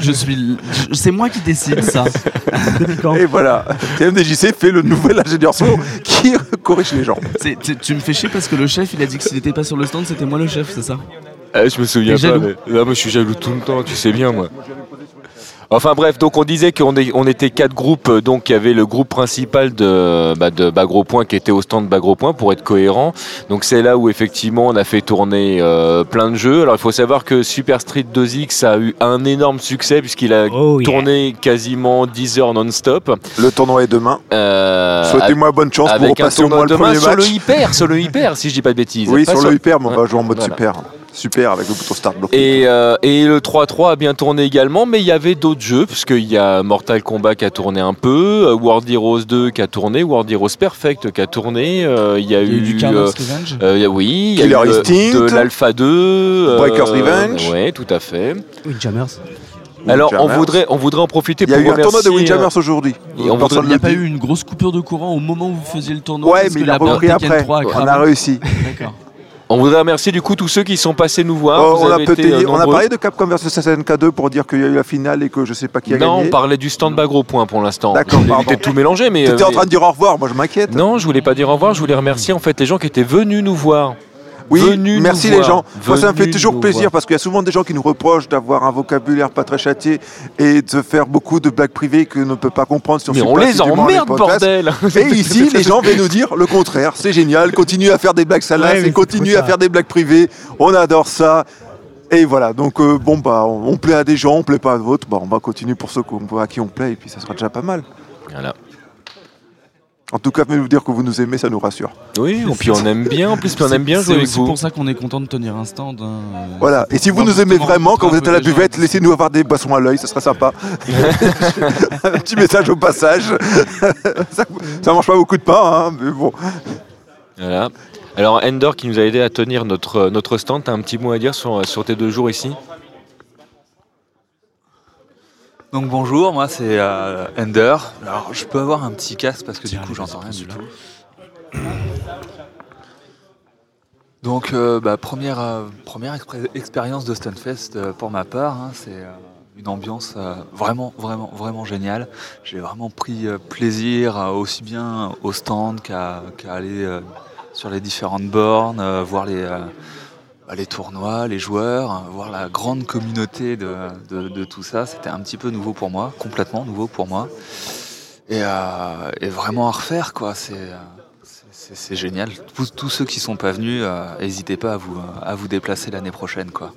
Je suis. l- je- C'est moi qui décide ça. Et voilà, TMDJC fait le nouvel ingénieur son qui corrige les gens. C'est- tu- tu me fais chier parce que le chef, il a dit que s'il n'était pas sur le stand, c'était moi le chef, c'est ça Eh, je me souviens T'es pas, jaloux. mais là, moi, je suis jaloux tout le temps, tu sais bien, moi. Enfin bref, donc on disait qu'on est- on était quatre groupes, euh, donc il y avait le groupe principal de, bah, de Bagro Point qui était au stand Bagro Point pour être cohérent. Donc c'est là où effectivement on a fait tourner euh, plein de jeux. Alors il faut savoir que Super Street 2X a eu un énorme succès puisqu'il a Oh, yeah. tourné quasiment 10 heures non-stop. Le tournoi est demain. Euh, Souhaitez-moi bonne chance pour avec un repasser au moins tournoi le premier demain sur le match. hyper, sur le hyper si je dis pas de bêtises. Oui, Pas sur le hyper, mais on va jouer en mode Voilà. super. hein. Super avec le bouton start bloqué. Et, euh, et le 3-3 a bien tourné également, mais il y avait d'autres jeux, puisqu'il y a Mortal Kombat qui a tourné un peu, euh, World Heroes 2 qui a tourné, World Heroes Perfect qui a tourné, euh, il y a eu... euh, Revenge euh, il y a- oui, il y a eu Killer de- Instinct, de l'Alpha 2, euh, Breaker's Revenge. Ouais, tout à fait. Windjammers. Alors, on Windjammers. voudrait, on voudrait en profiter Il y a pour eu un tournoi de remercier, euh, Windjammers aujourd'hui. et on Personne voudrait- Il n'y a le pas dit. eu une grosse coupure de courant au moment où vous faisiez le tournoi Ouais, parce mais que il a la barre repris Tekken après. 3 a On cramé. a réussi. D'accord. euh, on voudrait remercier du coup tous ceux qui sont passés nous voir. Oh, Vous on, a avez peut-être- été, euh, on a nombreux. parlé de Capcom versus SNK2 pour dire qu'il y a eu la finale et que je sais pas qui a Non, on gagné. parlait du stand bagro point pour l'instant. D'accord, J'ai pardon. évité de tout mélanger, mais... T'étais euh, en train de dire au revoir, moi je m'inquiète. Non, je voulais pas dire au revoir, je voulais remercier en fait les gens qui étaient venus nous voir. Oui, Venus merci nous les voir. gens. Moi, ça me fait Venus toujours nous plaisir voir. parce qu'il y a souvent des gens qui nous reprochent d'avoir un vocabulaire pas très châtié et de faire beaucoup de blagues privées que ne peut pas comprendre sur Mais ce on les plateau du Morning emmerde, Podcast. <laughs> bordel Et ici, les gens viennent nous dire le contraire. C'est génial, continue à faire des blagues salaces Ouais, mais et continue c'est trop à ça. faire des blagues privées. On adore ça. Et voilà, donc euh, bon, bah, on, on plaît à des gens, on plaît pas à d'autres. Bah, on va continuer pour ceux qu'on- à qui on plaît et puis ça sera déjà pas mal. Voilà. En tout cas, venez nous dire que vous nous aimez, ça nous rassure. Oui, et puis on aime bien, en plus, puis on C'est- aime bien jouer C'est avec aussi vous. pour ça qu'on est content de tenir un stand. hein. Euh, Voilà. Et si vous Bah, nous aimez justement, vraiment, quand vous un êtes peu à la les gens. buvette, laissez-nous avoir des boissons à l'œil, ça serait sympa. Un petit message au passage. <laughs> ça, ça mange pas beaucoup de pain, hein, mais bon. Voilà. Alors Endor qui nous a aidé à tenir notre, euh, notre stand, t'as un petit mot à dire sur, euh, sur tes deux jours ici Donc bonjour, moi c'est euh, Ender. Alors je peux avoir un petit casque parce que Tiens, du coup allez, j'entends rien vas-y, du prends tout. Donc euh, bah, première, euh, première expré- expérience de Stunfest euh, pour ma part, hein. c'est euh, une ambiance euh, vraiment vraiment vraiment géniale. J'ai vraiment pris euh, plaisir euh, aussi bien au stand qu'à qu'à aller euh, sur les différentes bornes, euh, voir les, euh, bah, les tournois, les joueurs, euh, voir la grande communauté de, de- de tout ça, c'était un petit peu nouveau pour moi, complètement nouveau pour moi. Et, euh, et vraiment à refaire, quoi. C'est, euh, c'est- c'est c'est génial. Tous, tous ceux qui sont pas venus, euh, n'hésitez pas à vous, à vous déplacer l'année prochaine, quoi.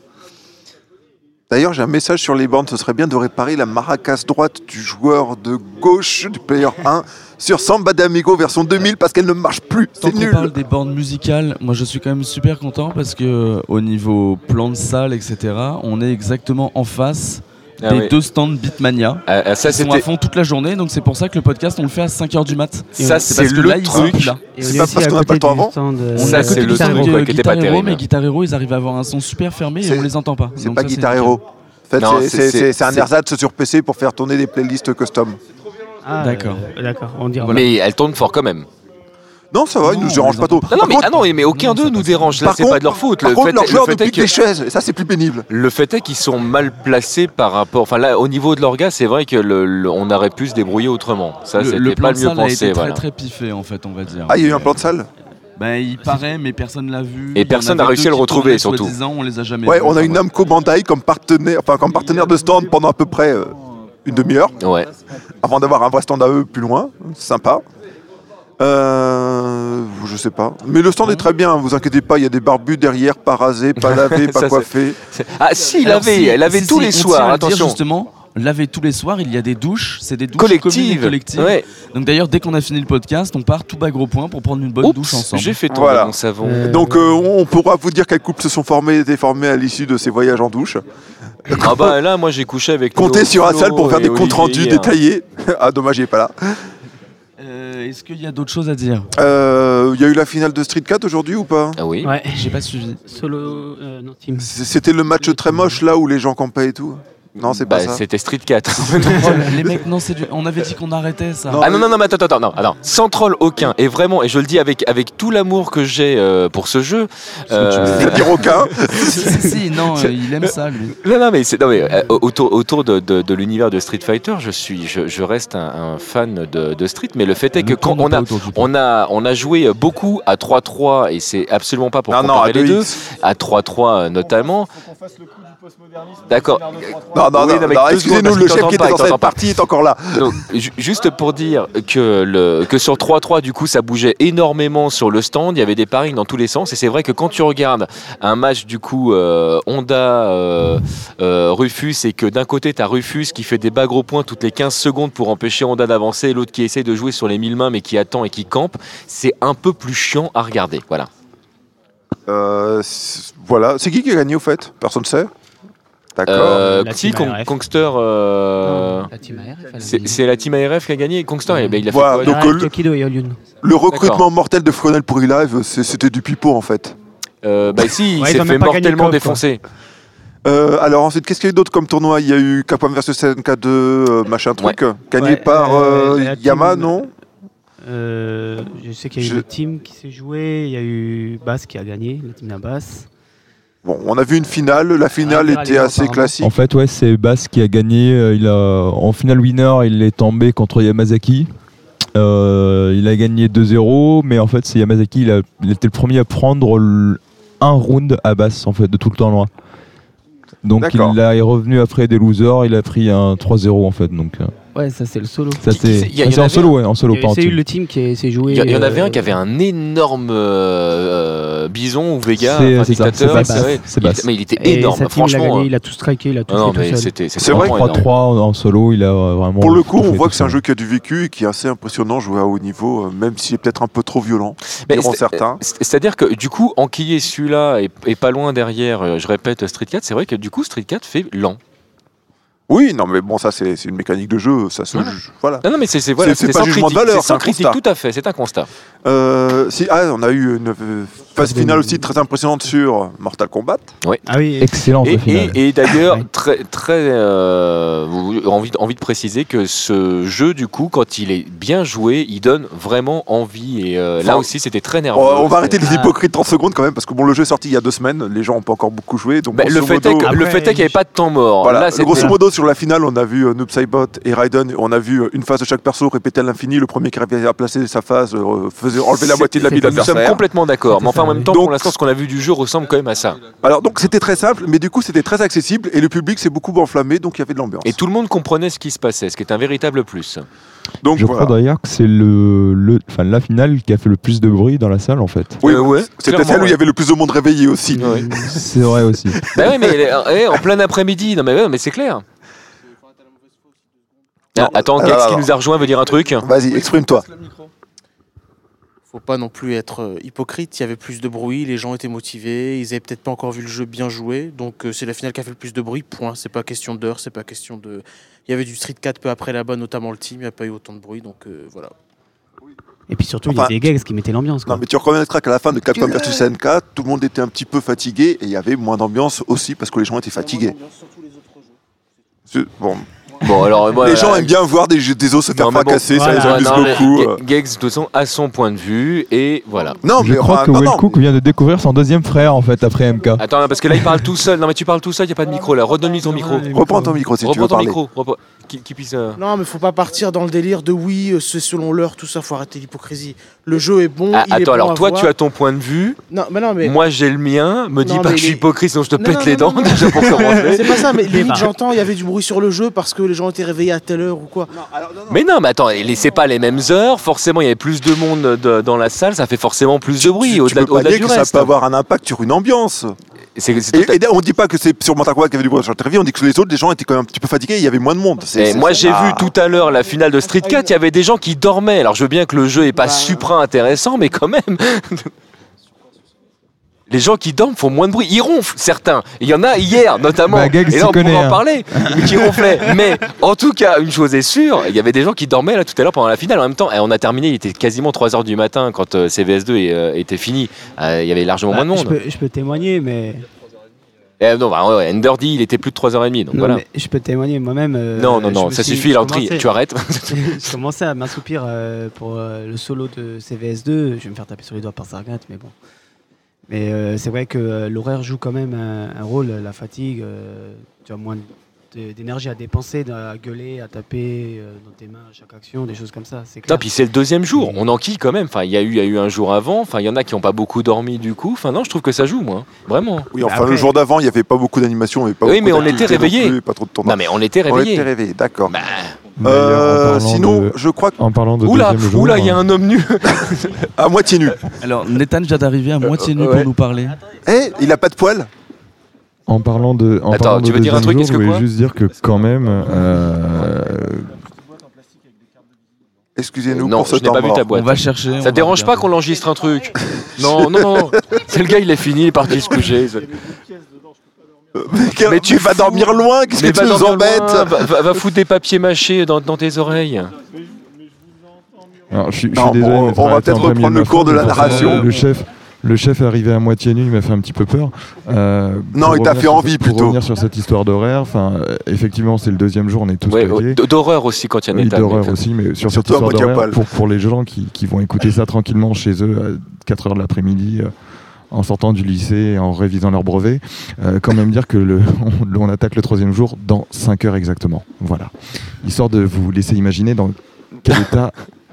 D'ailleurs, j'ai un message sur les bornes. Ce serait bien de réparer la maracas droite du joueur de gauche du player 1 sur Samba d'Amigo version 2000 parce qu'elle ne marche plus. Tant C'est qu'on nul. parle des bornes musicales, moi je suis quand même super content parce que euh, au niveau plan de salle, etc., on est exactement en face Ah des oui. deux stands Beatmania. Ah, ah, ça, Ils sont c'était- à fond toute la journée, donc c'est pour ça que le podcast, on le fait à 5h du mat. Ça, c'est parce que le là, ils sont truc. plus là. Et on C'est est pas aussi parce à qu'on a côté pas le temps du avant stand, euh, Ça, On est à c'est côté le du Guitar truc, Hero, ouais, qui était Guitar pas Hero, terrible. Mais Guitar Hero, ils arrivent à avoir un son super fermé et C'est- on les entend pas. C'est Donc pas ça, Guitar nickel. Hero. En fait, Non, c'est- c'est- c'est- c'est- c'est c'est un c'est- ersatz sur PC pour faire tourner des playlists custom. Ah, D'accord. euh, D'accord, on dira. Mais elle tourne fort quand même. Non, ça va, ils nous dérangent pas trop. Non, non, mais, ah non, mais aucun d'eux nous dérange. Là, Par c'est pas contre- de leur faute. Par contre, fait- leur joueur fait nous est pique que- des chaises, et ça c'est plus pénible. Le fait est qu'ils sont mal placés par rapport. Enfin, là, au niveau de leur gars, c'est vrai que le- le- on aurait pu se débrouiller autrement. Ça, le, c'était le plan pas le de mieux salle a pensé. été très voilà. très piffé en fait, on va dire. Ah, il y a eu un plan de salle Ben, il paraît, mais personne l'a vu. Il Et y en personne n'a avait réussi deux à le qui retrouver, tournaient, surtout. soi-disant, On les a jamais Ouais, vus, on a enfin, une Namco Bandai comme partenaire, enfin, comme partenaire de stand pendant à peu près euh, une demi-heure. Ouais. Avant d'avoir un vrai stand à eux plus loin. Sympa. Euh, je sais pas. Mais le stand est très bien, vous inquiétez pas, il y a des barbus derrière, pas rasés, <laughs> pas lavés, Ça, pas c'est- coiffés. c'est- Ah, si, il Alors, avait, si, elle avait si, tous si, les on soirs, tient à le dire, attention. justement, laver tous les soirs, il y a des douches, c'est des douches Collectives, communes et collectives. ouais. Donc d'ailleurs, dès qu'on a fini le podcast, on part tout bas gros point pour prendre une bonne douche ensemble. j'ai fait tomber Voilà. mon savon. Donc euh, on pourra vous dire quels couples se sont formés et déformés à l'issue de ces voyages en douche. Ah bah là, moi, j'ai couché avec. Comptez Nono, sur un salle pour faire et des comptes rendus Olivier, hein. détaillés. <laughs> ah dommage, il est pas là. Euh, Est-ce qu'il y a d'autres choses à dire Euh, Il y a eu la finale de Street Cat aujourd'hui ou pas Ah oui. Ouais, J'ai pas <laughs> suivi. solo, euh, non, team. C- C'était le match très moche là où les gens campaient et tout Non, c'est Bah, pas ça. c'était Street 4. Oh, les mecs, non, c'est du- on avait dit qu'on arrêtait ça. Ah non, non, non, mais attends, attends, non, attends. Sans troll aucun. Et vraiment, et je le dis avec, avec tout l'amour que j'ai euh, pour ce jeu. euh, Je veux <laughs> dire aucun. si, si, si, <laughs> non, euh, il aime ça lui. Non, non, mais, c'est- non, mais euh, autour, autour de, de- de l'univers de Street Fighter, je, suis, je, je reste un, un fan de, de Street, mais le fait est que Ne quand tourne on pas a, autour du pot. on, a, on a joué beaucoup à 3-3, et c'est absolument pas pour Non, non, comparer à les deux, 2x. à 3-3 euh, notamment. Faut qu'on fasse le coup du postmodernisme. D'accord. du scénario de 3-3. Non, non, Oui, non, non, mais non, deux excusez-nous, secondes, le parce chef que qui était t'entends dans pas, cette t'entends pas. partie est encore là. Donc, ju- juste pour dire que, le, que sur 3-3, du coup, ça bougeait énormément sur le stand. Il y avait des paris dans tous les sens. Et c'est vrai que quand tu regardes un match, du coup, euh, Honda, euh, euh, Rufus, et que d'un côté, tu as Rufus qui fait des bas gros points toutes les 15 secondes pour empêcher Honda d'avancer, et l'autre qui essaye de jouer sur les 1000 mains mais qui attend et qui campe, c'est un peu plus chiant à regarder. Voilà. Euh, c'est- voilà, c'est qui qui a gagné au fait Personne ne sait D'accord. Euh, La si, team Con- ARF. Kongster, Ah. euh, La team AR, il fallait c'est le c'est la team ARF qui a gagné. Kongster, eh ben, il a- il a fait Voilà, quoi, donc, Ah, euh, le- Tokido et Olion. le recrutement mortel de Fronel pour E-Live, c'est- c'était du pipeau en fait. Euh, Bah si, il Ouais, ils s'est ont fait même pas gagné mortellement Coop, quoi. défoncer. Euh, alors ensuite, qu'est-ce qu'il y a eu d'autre comme tournoi Il y a eu Capcom vs SNK2, euh, machin truc, gagné Ouais, par euh, euh, la team- Yama, non Euh, je sais qu'il y a eu Je- le team qui s'est joué, il y a eu Bass qui a gagné, la team d'Abbas. Bon, on a vu une finale, Ah, la finale verra les était gens, assez apparemment. classique. En fait, ouais, c'est Bass qui a gagné. euh, Il a, en finale winner, il est tombé contre Yamazaki. Euh, il a gagné 2-0, mais en fait, c'est Yamazaki. Il, a- il était le premier à prendre l- un round à Bass en fait de tout le tournoi. Donc il, D'accord. a- est revenu après des losers. Il a pris un 3-0 en fait. Donc euh, Ouais, ça c'est le solo. ça Qui- qui c'est c'est- y ah, a- y en c'est en avait solo, ouais, en solo, pas en C'est team. eu le team qui s'est joué. Il y, il y en avait euh, un qui avait un énorme euh, euh, bison ou Vega, C'est- enfin, c'est ça, dictateur, c'est Bass, ouais. c'est Il était- Bass. mais il était et énorme, sa team l'a franchement. gagné, euh, il a tout striké, il a tout non, fait mais tout seul. c'était c'était C'est vrai vraiment que énorme. 3-3 en, en solo, il a euh, vraiment. Pour le coup, tout on fait voit tout que c'est un seul. jeu qui a du vécu et qui est assez impressionnant joué à haut niveau, euh, même s'il est peut-être un peu trop violent, Mais diront c'est- euh, certains. c'est- C'est-à-dire que du coup, enquiller celui-là et, et pas loin derrière, euh, je répète, Street 4, c'est vrai que du coup, Street 4 fait lent. Oui, non, mais bon, ça, c'est c'est une mécanique de jeu, ça se Voilà. juge. Voilà. Non, non, mais c'est c'est- voilà, C'est- c'est c'est pas sans jugement critique, de valeur, c'est sans c'est un critique, constat. tout à fait, c'est un constat. Euh, si, ah, on a eu une euh, phase finale aussi très impressionnante sur Mortal Kombat. Ah oui, Excellent Et, ce final. et- et d'ailleurs, très, très euh, vous- envie, envie de préciser que ce jeu, du coup, quand il est bien joué, il donne vraiment envie. Et euh, là Enfin, aussi, c'était très On- nerveux. Oh, on va arrêter les Ah. hypocrites 30 secondes quand même, parce que bon, le jeu est sorti il y a deux semaines, les gens n'ont pas encore beaucoup joué. Donc, Bah, grosso le fait est modo- que- le Après, fait est qu'il n'y avait je- pas de temps mort. Voilà, Là, c'était- grosso modo, sur la finale, on a vu euh, Noob Saibot et Raiden, on a vu euh, une phase de chaque perso répétée à l'infini, le premier qui arrivait à placer sa phase euh, faisait enlever la moitié de la vie de Nous sommes l'adversaire. complètement d'accord, mais enfin en même temps, Donc- pour l'instant, ce qu'on a vu du jeu ressemble quand même à ça. Alors donc c'était très simple, mais du coup c'était très accessible et le public s'est beaucoup enflammé, donc il y avait de l'ambiance. Et tout le monde comprenait ce qui se passait, ce qui est un véritable plus. donc Je voilà. crois d'ailleurs que c'est le, le, enfin, la finale qui a fait le plus de bruit dans la salle en fait. Oui, Euh, ouais, c'était clairement, celle où il y ouais. avait le plus de monde réveillé aussi. C'est vrai <laughs> aussi. bah oui, mais euh, eh, en plein après-midi, non mais, ouais, mais c'est clair. Ah, attends, alors, Gax qui alors. Bah, nous a rejoint veut dire un truc. Vas-y, exprime-toi. faut pas non plus être euh, hypocrite. Il y avait plus de bruit, les gens étaient motivés, ils avaient peut-être pas encore vu le jeu bien joué. Donc euh, c'est la finale qui a fait le plus de bruit, point. C'est pas question d'heure, c'est pas question de. Il y avait du Street 4 peu après là-bas, notamment le team, il n'y a pas eu autant de bruit, donc euh, voilà. Et puis surtout, Enfin, il y a des gags qui mettaient l'ambiance. quoi. Non, mais tu reconnaîtras qu'à la fin de Capcom vs SNK, tout le monde était un petit peu fatigué et il y avait moins d'ambiance aussi parce que les gens étaient fatigués. C'est- Bon. Bon, alors, euh, voilà. les gens aiment bien voir des, jeux- des os se faire Non, mais bon, fracasser, voilà. ça les amuse Non, mais beaucoup. Ge- Gex, de toute façon, a son point de vue, et voilà. je oh, crois que Wellcook vient de découvrir son deuxième frère en fait après Euh, MK. Attends, parce que là, il parle tout seul. Non, mais tu parles tout seul, il n'y a pas de micro là. Redonne-lui ton micro. Reprends ton micro si tu Reprends veux ton parler. micro. Reprends- Qui, qui puisse. euh, Non, mais faut pas partir dans le délire de oui, euh, c'est selon l'heure, tout ça, faut arrêter l'hypocrisie. Le jeu est bon. Ah, il est attends, bon alors à toi, voir. tu as ton point de vue. Non, mais non, mais. Moi, j'ai le mien. Me dis Non, pas mais que je suis il est- hypocrite, sinon je te Non, pète non, les non, dents, non, non. déjà pour commencer. C'est pas ça, <laughs> mais limite Débat. j'entends, il y avait du bruit sur le jeu parce que les gens étaient réveillés à telle heure ou quoi. Mais non, mais attends, et les- c'est pas les mêmes heures. Forcément, il y avait plus de monde de- dans la salle, ça fait forcément plus de bruit Tu peux au-delà pas au-delà dire du que reste. ça peut avoir un impact sur une ambiance. Et, et on dit pas que c'est sur Mortal Kombat qu'il y avait du bruit sur la TV, on dit que les autres, les gens étaient quand même un petit peu fatigués, il y avait moins de monde. C'est- Et c'est- Ah moi c'est j'ai pas- vu tout à l'heure la finale de Street 4, il y avait des gens qui dormaient. Alors je veux bien que le jeu est pas supra intéressant, mais quand même. <laughs> Les gens qui dorment font moins de bruit. Ils ronflent, certains. Il y en a hier, notamment. Bah, Gag et s'y là, on pourrait connaît, en hein. <laughs> parler. Mais qui ronflaient. Mais en tout cas, une chose est sûre, il y avait des gens qui dormaient là tout à l'heure pendant la finale. En même temps, et on a terminé, il était quasiment 3h du matin quand euh, CVS2 est, euh, était fini. Euh, il y avait largement moins de Bah, Je monde. peux, je peux témoigner, mais. Eh, non, bah, ouais, ouais, Ender D, il était plus de 3h30. Donc Non, voilà. mais je peux témoigner moi-même. euh, Non, non, je non, me ça suis- suffit, je Landry, commençais- tu arrêtes. je commençais à m'assoupir euh, pour euh, le solo de CVS2. Je vais me faire taper sur les doigts par Sargat, mais bon. Mais euh, c'est vrai que euh, l'horaire joue quand même un, un rôle, la fatigue. euh, tu as moins de- d'énergie à dépenser, à gueuler, à taper euh, dans tes mains à chaque action, des choses comme ça. C'est Non, clair. puis c'est le deuxième Mm. jour, on enquille quand même. Enfin, il y, a eu- il y a eu un jour avant, enfin, il y en a qui n'ont pas beaucoup dormi du coup. Enfin, non, je trouve que ça joue, moi. Vraiment. Oui, Bah, enfin, le jour d'avant, il n'y avait pas beaucoup d'animation, il y avait pas Oui, beaucoup mais on d'activités était non réveillés. plus, pas trop de tournois. Non, mais on était On réveillés. était réveillés, d'accord. D'ailleurs, en Euh, parlant sinon, de- je crois que. En parlant de Oula, deuxième jour, oula, il y hein. a un homme nu. à moitié nu. Alors, Nathan vient d'arriver à Euh, moitié nu ouais. pour nous parler. Eh, il a pas de poils En parlant de, en Attends, parlant tu de veux dire un deuxième truc, jour, qu'est-ce que je voulais quoi juste dire que quand même, euh, Excusez-nous Euh, Non, pour ce je n'ai temps pas vu mort. ta boîte. On va chercher, on Ça va te dérange pas regarder. qu'on l'enregistre un <laughs> truc Non, non, non. C'est le gars, il est fini, il est parti se coucher. Mais tu vas dormir loin, qu'est-ce que Mais tu va nous dormir embêtes loin, va, va- va foutre des papiers mâchés dans, dans tes oreilles. Alors, je suis, je Non, suis désolé, on- mais on va ça aurait été peut-être un reprendre le premier de ma cours de phrase, la mais forcément, narration. Le chef, le chef est arrivé à moitié nu, il m'a fait un petit peu peur. Euh, Non, pour il t'a revenir fait sur- envie, Pour plutôt. revenir sur cette histoire d'horaire, enfin, euh, effectivement, c'est le deuxième jour, on est tous Ouais, oh, claqués. d- d'horreur aussi quand il y a Oui, Nathan. d'horreur mais- aussi, mais sur cette Surtout à histoire moitié d'horreur, poil. pour, pour les gens qui, qui vont écouter ça tranquillement chez eux à 4h de l'après-midi, euh, en sortant du lycée, et en révisant leur brevet, euh, quand même dire que le, <laughs> on, on attaque le troisième jour dans 5 heures exactement. Voilà. Histoire de vous laisser imaginer dans quel état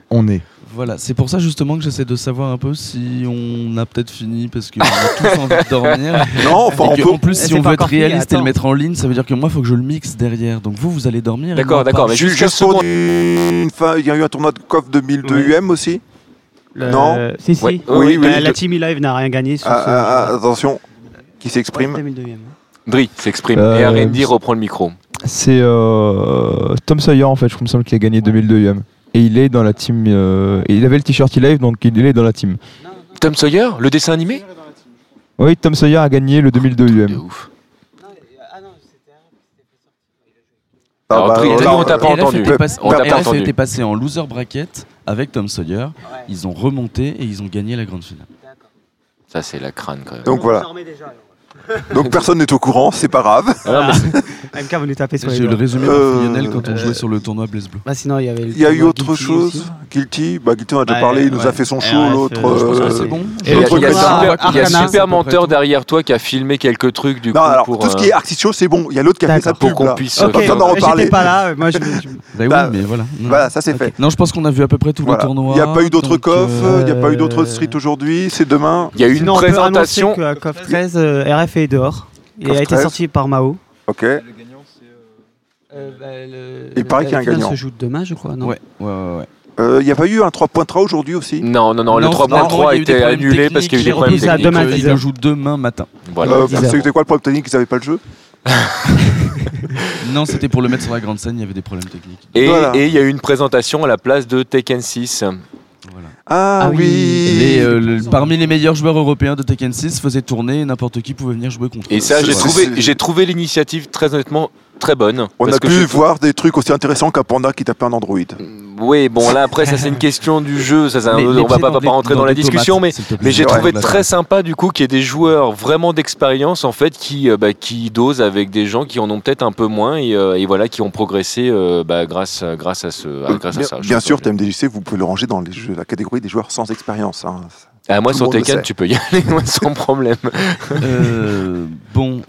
on est. Voilà, c'est pour ça justement que j'essaie de savoir un peu si on a peut-être fini parce qu'on a tous envie de dormir. <laughs> Non, enfin, Et on que, peut- En plus, si C'est on pas veut être encore fini, réaliste et le attends. mettre en ligne, ça veut dire que moi, il faut que je le mixe derrière. Donc vous, vous allez dormir. et D'accord, moi, pas. d'accord, mais Ju- juste Juste pour une fin, il y a eu un tournoi de COF 2002 UM aussi Le- Non. Si, si. Ouais, Euh, oui, oui, la oui. Team E-Live n'a rien gagné sur Ah, ce. ah, ah, Attention, qui ah. s'exprime 2002e. Dri s'exprime. Et Euh, Arendi reprend le micro. C'est euh, Tom Sawyer en fait, je me semble qu'il a gagné 2002 UM. Et il est dans la team. euh, il avait le t-shirt il live, donc il est dans la team. Tom Sawyer, le dessin animé Oui, Tom Sawyer a gagné le 2002 De UM. ouf. Ah, Alors, bah, Dri, alors, Dri, on t'a pas RF entendu. était passé- On t'a pas RF entendu. était passé en loser bracket avec Tom Sawyer. Ils ont remonté et ils ont gagné la grande finale. Ça, c'est la crâne quand même. Donc voilà. Donc personne n'est au courant, c'est pas grave. MK va nous taper sur les J'ai le doigts. résumé de Euh, Lionel quand on jouait sur le tournoi Blaze Bleu. Bah, sinon, il y avait. le Il y a eu tournoi autre Guilty aussi. chose Guilty Bah Guilty, on a déjà Ouais, parlé, il nous a ouais. fait son show, RF, l'autre. euh, Je pense que euh, c'est bon. Bah Il y a, il y a Arcana, super, il y a Arcana, super c'est à peu menteur près tout. derrière toi qui a filmé quelques trucs du Non, coup alors pour, tout ce euh, qui est Arctic Show, c'est bon. Il y a l'autre qui a D'accord. fait sa pour pub qu'on là. puisse. Ok, euh, faire- Personne n'en reparlait. j'étais pas là. euh, Moi, je, je- Bah oui, Bah, mais voilà. Voilà, ça c'est fait. Non, je pense qu'on a vu à peu près tous Voilà. les tournois. Il n'y a pas eu d'autres donc, coffs, euh, il n'y a pas eu d'autres euh, streets aujourd'hui, c'est demain. Il y a eu une Sinon, on peut présentation. annoncer que CoF 13, euh, RF est dehors. Il CoF a été 13. sorti par Mao. Ok. Il euh, bah, Il paraît qu'il y a un gagnant. se joue demain, je crois. Non euh, Ouais, ouais, ouais. ouais. Euh, Il n'y a pas eu un 3.3 aujourd'hui aussi Euh, Non, non, non, le Non, non, il 3.3 y a eu des était problèmes annulé parce qu'il y a eu techniques, des problèmes j'ai repris ça techniques. demain, Euh, Il 10 heures. le joue demain matin. Voilà. Euh, 10 heures. C'était quoi le problème technique Ils n'avaient pas le jeu Non, c'était pour le mettre sur la grande scène, il y avait des problèmes techniques. Et et il Voilà. y a eu une présentation à la place de Tekken 6. Voilà. Ah, oui. Les, euh, le- parmi les meilleurs joueurs européens de Tekken 6 faisaient tourner et n'importe qui pouvait venir jouer contre Et eux. ça, j'ai Ouais. trouvé, j'ai trouvé l'initiative très honnêtement très bonne. On parce a que pu je- voir des trucs aussi intéressants qu'un panda qui tapait un Android. Oui, bon là après ça c'est une question du jeu, <laughs> ça, c'est un- Mais- mais on va pieds pas, dans pas des- rentrer dans dans, la des discussion, tomates, mais, s'il te plaît. mais j'ai Ouais, trouvé d'accord. très sympa du coup qu'il y ait des joueurs vraiment d'expérience en fait qui euh, bah, qui dosent avec des gens qui en ont peut-être un peu moins et, euh, et voilà qui ont progressé euh, bah, grâce grâce à ce à- Ah, grâce Euh, à Bien, ça. je bien pense. sûr, TMDJC, vous pouvez le ranger dans les jeux- la catégorie des joueurs sans expérience. hein. Ah, moi Tout le sur monde le Tekken sait. tu peux y <laughs> aller moi, sans problème. Euh, bon,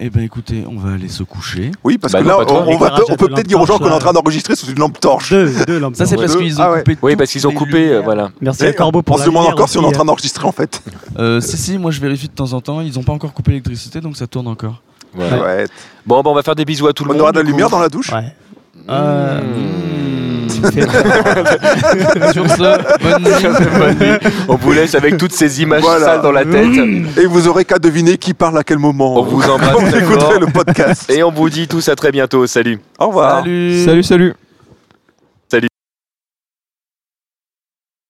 eh ben écoutez, on va aller se coucher. Oui, Bah parce que là, on, on va peut- on peut peut-être dire aux gens qu'on est en train d'enregistrer sous une lampe torche. Ça, c'est parce qu'ils ont coupé. Ah Oui, parce qu'ils ont coupé, euh, voilà. Et on- Eh, On se demande encore si on est en train d'enregistrer d'enregistrer en fait. Euh, si, si, moi je vérifie de temps en temps. Ils n'ont pas encore coupé l'électricité, donc ça tourne <laughs> encore. Voilà. Bon, bah, on va faire des bisous à tout le On monde. aura de la du coup. lumière dans la douche Ouais. Euh, Sur ce, bonne nuit. On vous laisse avec toutes ces images Voilà. Mmh. sales dans la tête. Et vous aurez qu'à deviner qui parle à quel moment. On vous embrasse. Vous écouterez fort. le podcast. Et on vous dit tous à très bientôt. Salut. Au revoir. Salut. Euh, Salut, salut.